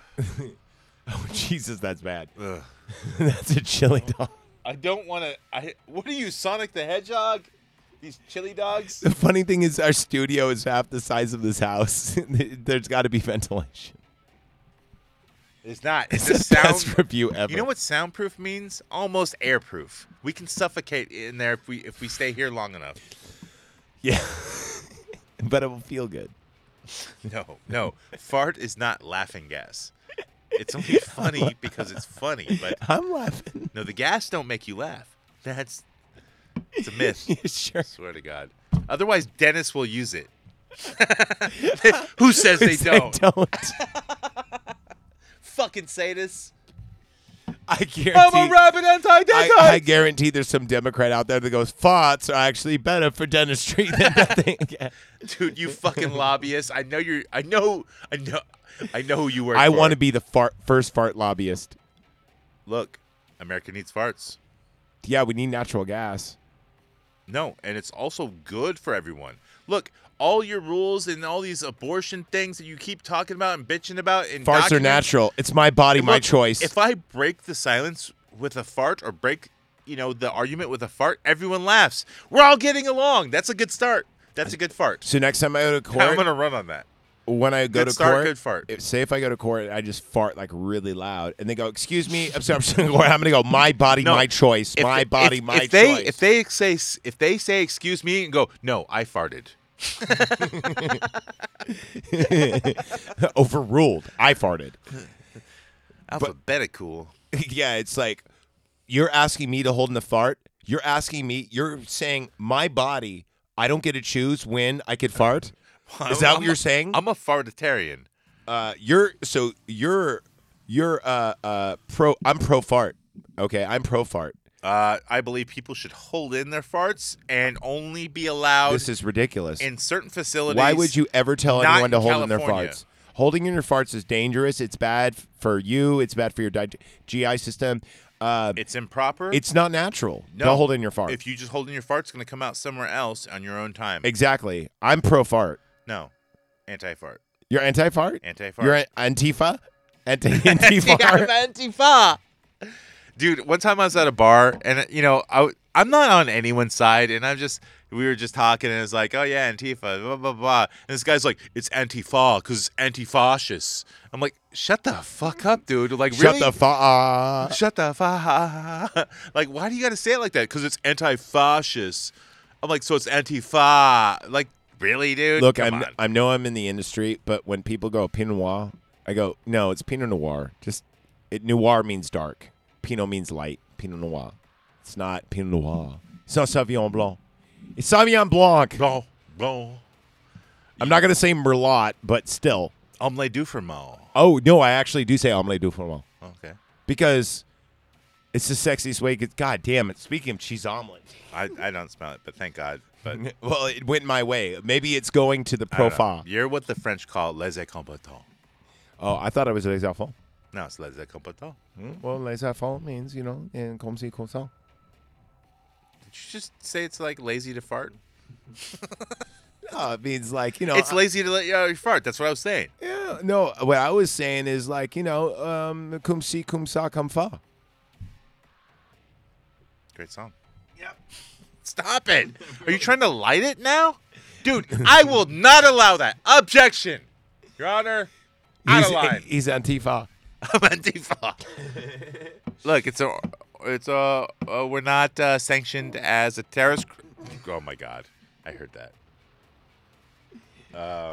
B: oh, Jesus, that's bad.
C: Ugh.
B: that's a chili dog.
C: I don't want to. I what are you, Sonic the Hedgehog? These chili dogs.
B: The funny thing is, our studio is half the size of this house. There's got to be ventilation.
C: It's not.
B: It's
C: It's
B: the
C: just sound.
B: best review ever.
C: You know what soundproof means? Almost airproof. We can suffocate in there if we if we stay here long enough.
B: Yeah, but it will feel good.
C: No, no, fart is not laughing gas. It's only funny because it's funny, but
B: I'm laughing.
C: no, the gas don't make you laugh. That's It's a myth.
B: sure.
C: Swear to God. Otherwise, Dennis will use it. Who says they don't?
B: Don't.
C: Fucking sadists.
B: I guarantee.
C: I'm a rabid
B: I,
C: anti-Democrat.
B: I guarantee there's some Democrat out there that goes, "Farts are actually better for dentistry than nothing." Yeah.
C: Dude, you fucking lobbyist. I know you're. I know. I know. I know who you work.
B: I
C: for.
B: want to be the fart, first fart lobbyist.
C: Look, America needs farts.
B: Yeah, we need natural gas.
C: No, and it's also good for everyone. Look, all your rules and all these abortion things that you keep talking about and bitching about and
B: Farts are
C: document-
B: natural. It's my body,
C: And
B: my
C: look,
B: choice.
C: If I break the silence with a fart or break, you know, the argument with a fart, everyone laughs. We're all getting along. That's a good start. That's a good fart.
B: so next time I go to
C: I'm
B: court,
C: gonna run on that.
B: when I go
C: Good
B: to
C: start,
B: court,
C: good fart.
B: if- say if I go to court, and I just fart like really loud, and they go, "Excuse me, I'm sorry, I'm sorry, court." I'm gonna go, "My body,
C: No,
B: my choice.
C: If-
B: my body,
C: if,
B: my
C: if they,
B: choice."
C: If they say, if they say, excuse me, and go, no, I farted.
B: Overruled. I farted.
C: Alphabetical.
B: yeah, it's like you're asking me to hold in the fart. You're asking me. You're saying my body. I don't get to choose when I could fart. Is that
C: I'm
B: what
C: a-
B: you're saying?
C: I'm a fartitarian.
B: Uh, you're so you're you're uh uh pro. I'm pro fart. Okay, I'm pro fart.
C: Uh, I believe people should hold in their farts and only be allowed
B: This is ridiculous.
C: Oh, in certain facilities.
B: Why would you ever tell
C: not
B: anyone to
C: in
B: hold in their
C: California.
B: farts? Holding in your farts is dangerous. It's bad f- for you. It's bad for your dig- GI system. Uh,
C: It's improper.
B: it's not natural.
C: No.
B: Don't hold in your fart.
C: If you just hold in your fart, it's going to come out somewhere else on your own time.
B: exactly. I'm pro fart.
C: no. Anti fart.
B: You're anti fart.
C: Anti
B: You're
C: fart.
B: an- Antifa? Anti Antifa?
C: Dude, one time I was at a bar and, uh, you know, I, w- I'm not on anyone's side and I'm just, we were just talking and it's like, oh yeah, Antifa, blah, blah, blah. And this guy's like, it's Antifa because it's anti fascist. I'm like, shut the fuck up, dude. Like,
B: Shut
C: really?
B: the uh, fuck.
C: Shut the fuck. Like, why do you got to say it like that? Because it's anti-fascist. I'm like, so it's anti-fa. Like, really, dude?
B: Look,
C: Come
B: I'm,
C: on.
B: I know I'm in the industry, but when people go Pinot Noir, I go, no, it's Pinot Noir. Just it, Noir means dark. Pinot means light. Pinot Noir. It's not Pinot Noir. It's not Sauvignon Blanc. It's Sauvignon Blanc.
C: Bon, bon.
B: I'm not going to say Merlot, but still.
C: Omelette du fromage.
B: Oh, no, I actually do say Omelette du Fromage
C: Okay.
B: because
C: because
B: it's the sexiest way. 'cause- God damn it. Speaking of cheese omelet.
C: I, I don't smell it, but thank God. But I don't know.
B: Well, it went my way. Maybe it's going to the profile.
C: You're what the French call les combattants.
B: Oh, I thought it was les enfants.
C: No, it's les combattants.
B: Well, les enfants means, you know, and comme ci, comme ça.
C: Did you just say it's like lazy to fart?
B: No, it means like, you know.
C: it's lazy to let you, you fart. That's what I was saying.
B: yeah, no, what I was saying is like, you know, um, cum si, cum sa, cum fa.
C: Great song. Yep. Stop it. Are you trying to light it now? Dude, I will not allow that. Objection. Your Honor, out
B: He's,
C: of line.
B: he's Antifa.
C: I'm Antifa. Look, it's a, it's a, uh, we're not uh, sanctioned as a terrorist. Cr- oh my God. I heard that.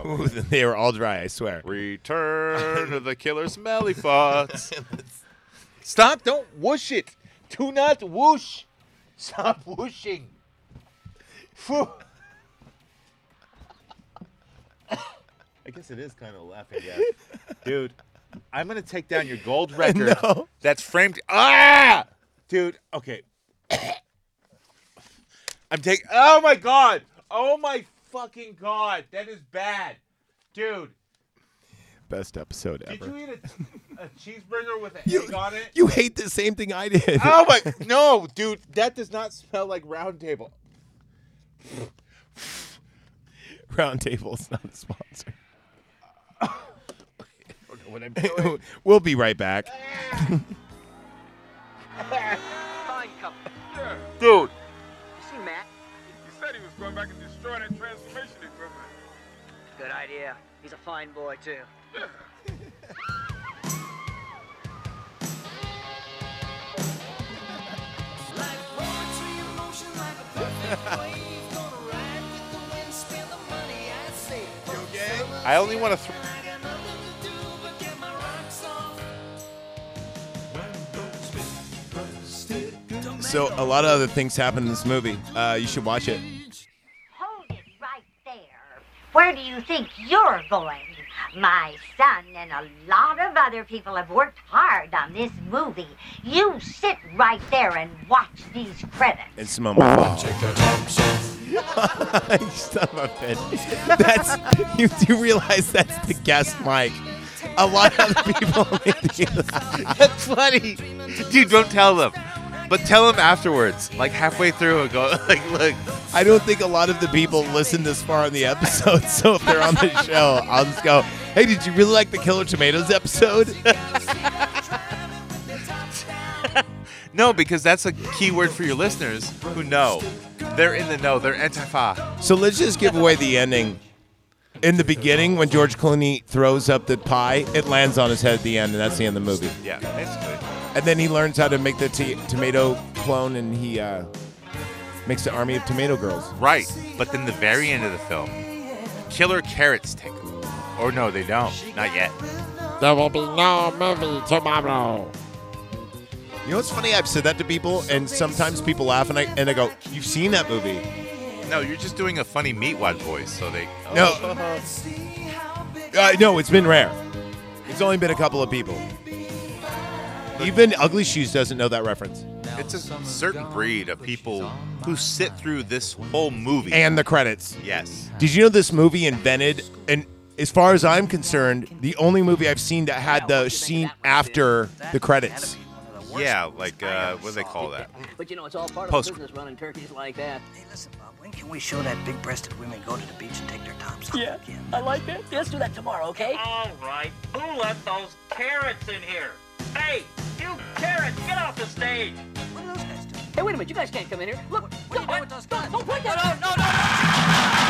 B: Ooh, they were all dry, I swear.
C: Return of the killer smelly farts. Stop. Don't whoosh it. Do not whoosh. Stop whooshing. Phew. I guess it is kind of laughing gas. Dude, I'm going to take down your gold record
B: No.
C: that's framed. Ah! Dude, okay. I'm taking. Oh my God. Oh my fucking God. That is bad. Dude.
B: Best episode ever.
C: Did you eat a, a cheeseburger with an
B: You-
C: egg on it?
B: You hate the same thing I did.
C: oh my! No, dude, that does not smell like Round Table.
B: Round Table's not a sponsor.
C: I don't know what I'm doing.
B: we'll be right back.
G: Fine cup. Sure.
C: dude.
G: You see Matt?
H: He said he was going back and destroying that transformation equipment.
G: Good idea. He's a fine boy too.
C: I only want to. Th-
B: So a lot of other things happen in this movie. Uh, you should watch it.
I: Hold it right there. Where do you think you're going? My son and a lot of other people have worked hard on this movie. You sit right there and watch these credits.
B: And Simone wow. check that You son of a bitch. That's you do realize that's the guest mic. A lot of other people.
C: That's funny. Dude, don't tell them. But tell them afterwards, like halfway through, and go like, "Look,
B: I don't think a lot of the people listen this far in the episode, so if they're on the show, I'll just go, "Hey, did you really like the Killer Tomatoes episode?"
C: no," because that's a key word for your listeners who know. They're in the know. They're antifa.
B: So let's just give away the ending. In the beginning, when George Clooney throws up the pie, it lands on his head at the end, and that's the end of the movie.
C: Yeah, basically.
B: And then he learns how to make the t- tomato clone, and he uh, makes the army of tomato girls.
C: Right. But then the very end of the film, killer carrots take them. Or no, they don't. Not yet.
J: There will be no movie tomorrow.
B: You know what's funny? I've said that to people, and sometimes people laugh, and I and I go, "You've seen that movie?"
C: No, you're just doing a funny meatwad voice, so they.
B: No. Uh, no, it's been rare. It's only been a couple of people. Even Ugly Shoes doesn't know that reference.
C: It's a certain breed of people who sit through this whole movie.
B: And the credits.
C: yes.
B: Did you know this movie invented and as far as I'm concerned, the only movie I've seen that had the scene after the credits.
C: Yeah, like uh, what do they call that?
K: But you know, it's all part
C: Post-
K: of the business running turkeys like that.
L: Hey, listen, Bob, when can we show that big breasted women go to the beach and take their tops off
K: Yeah,
L: again?
K: I like that. Yeah, let's do that tomorrow, okay?
M: All right, who left those carrots in here? Hey, you carrots, get off the stage!
L: What are those guys doing?
K: Hey, wait a minute. You guys can't come in here. Look, what,
L: what are you doing with those guns?
K: Don't point that. No, no, no.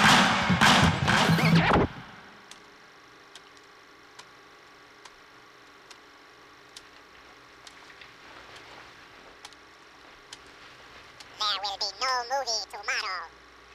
N: There will be no movie tomorrow.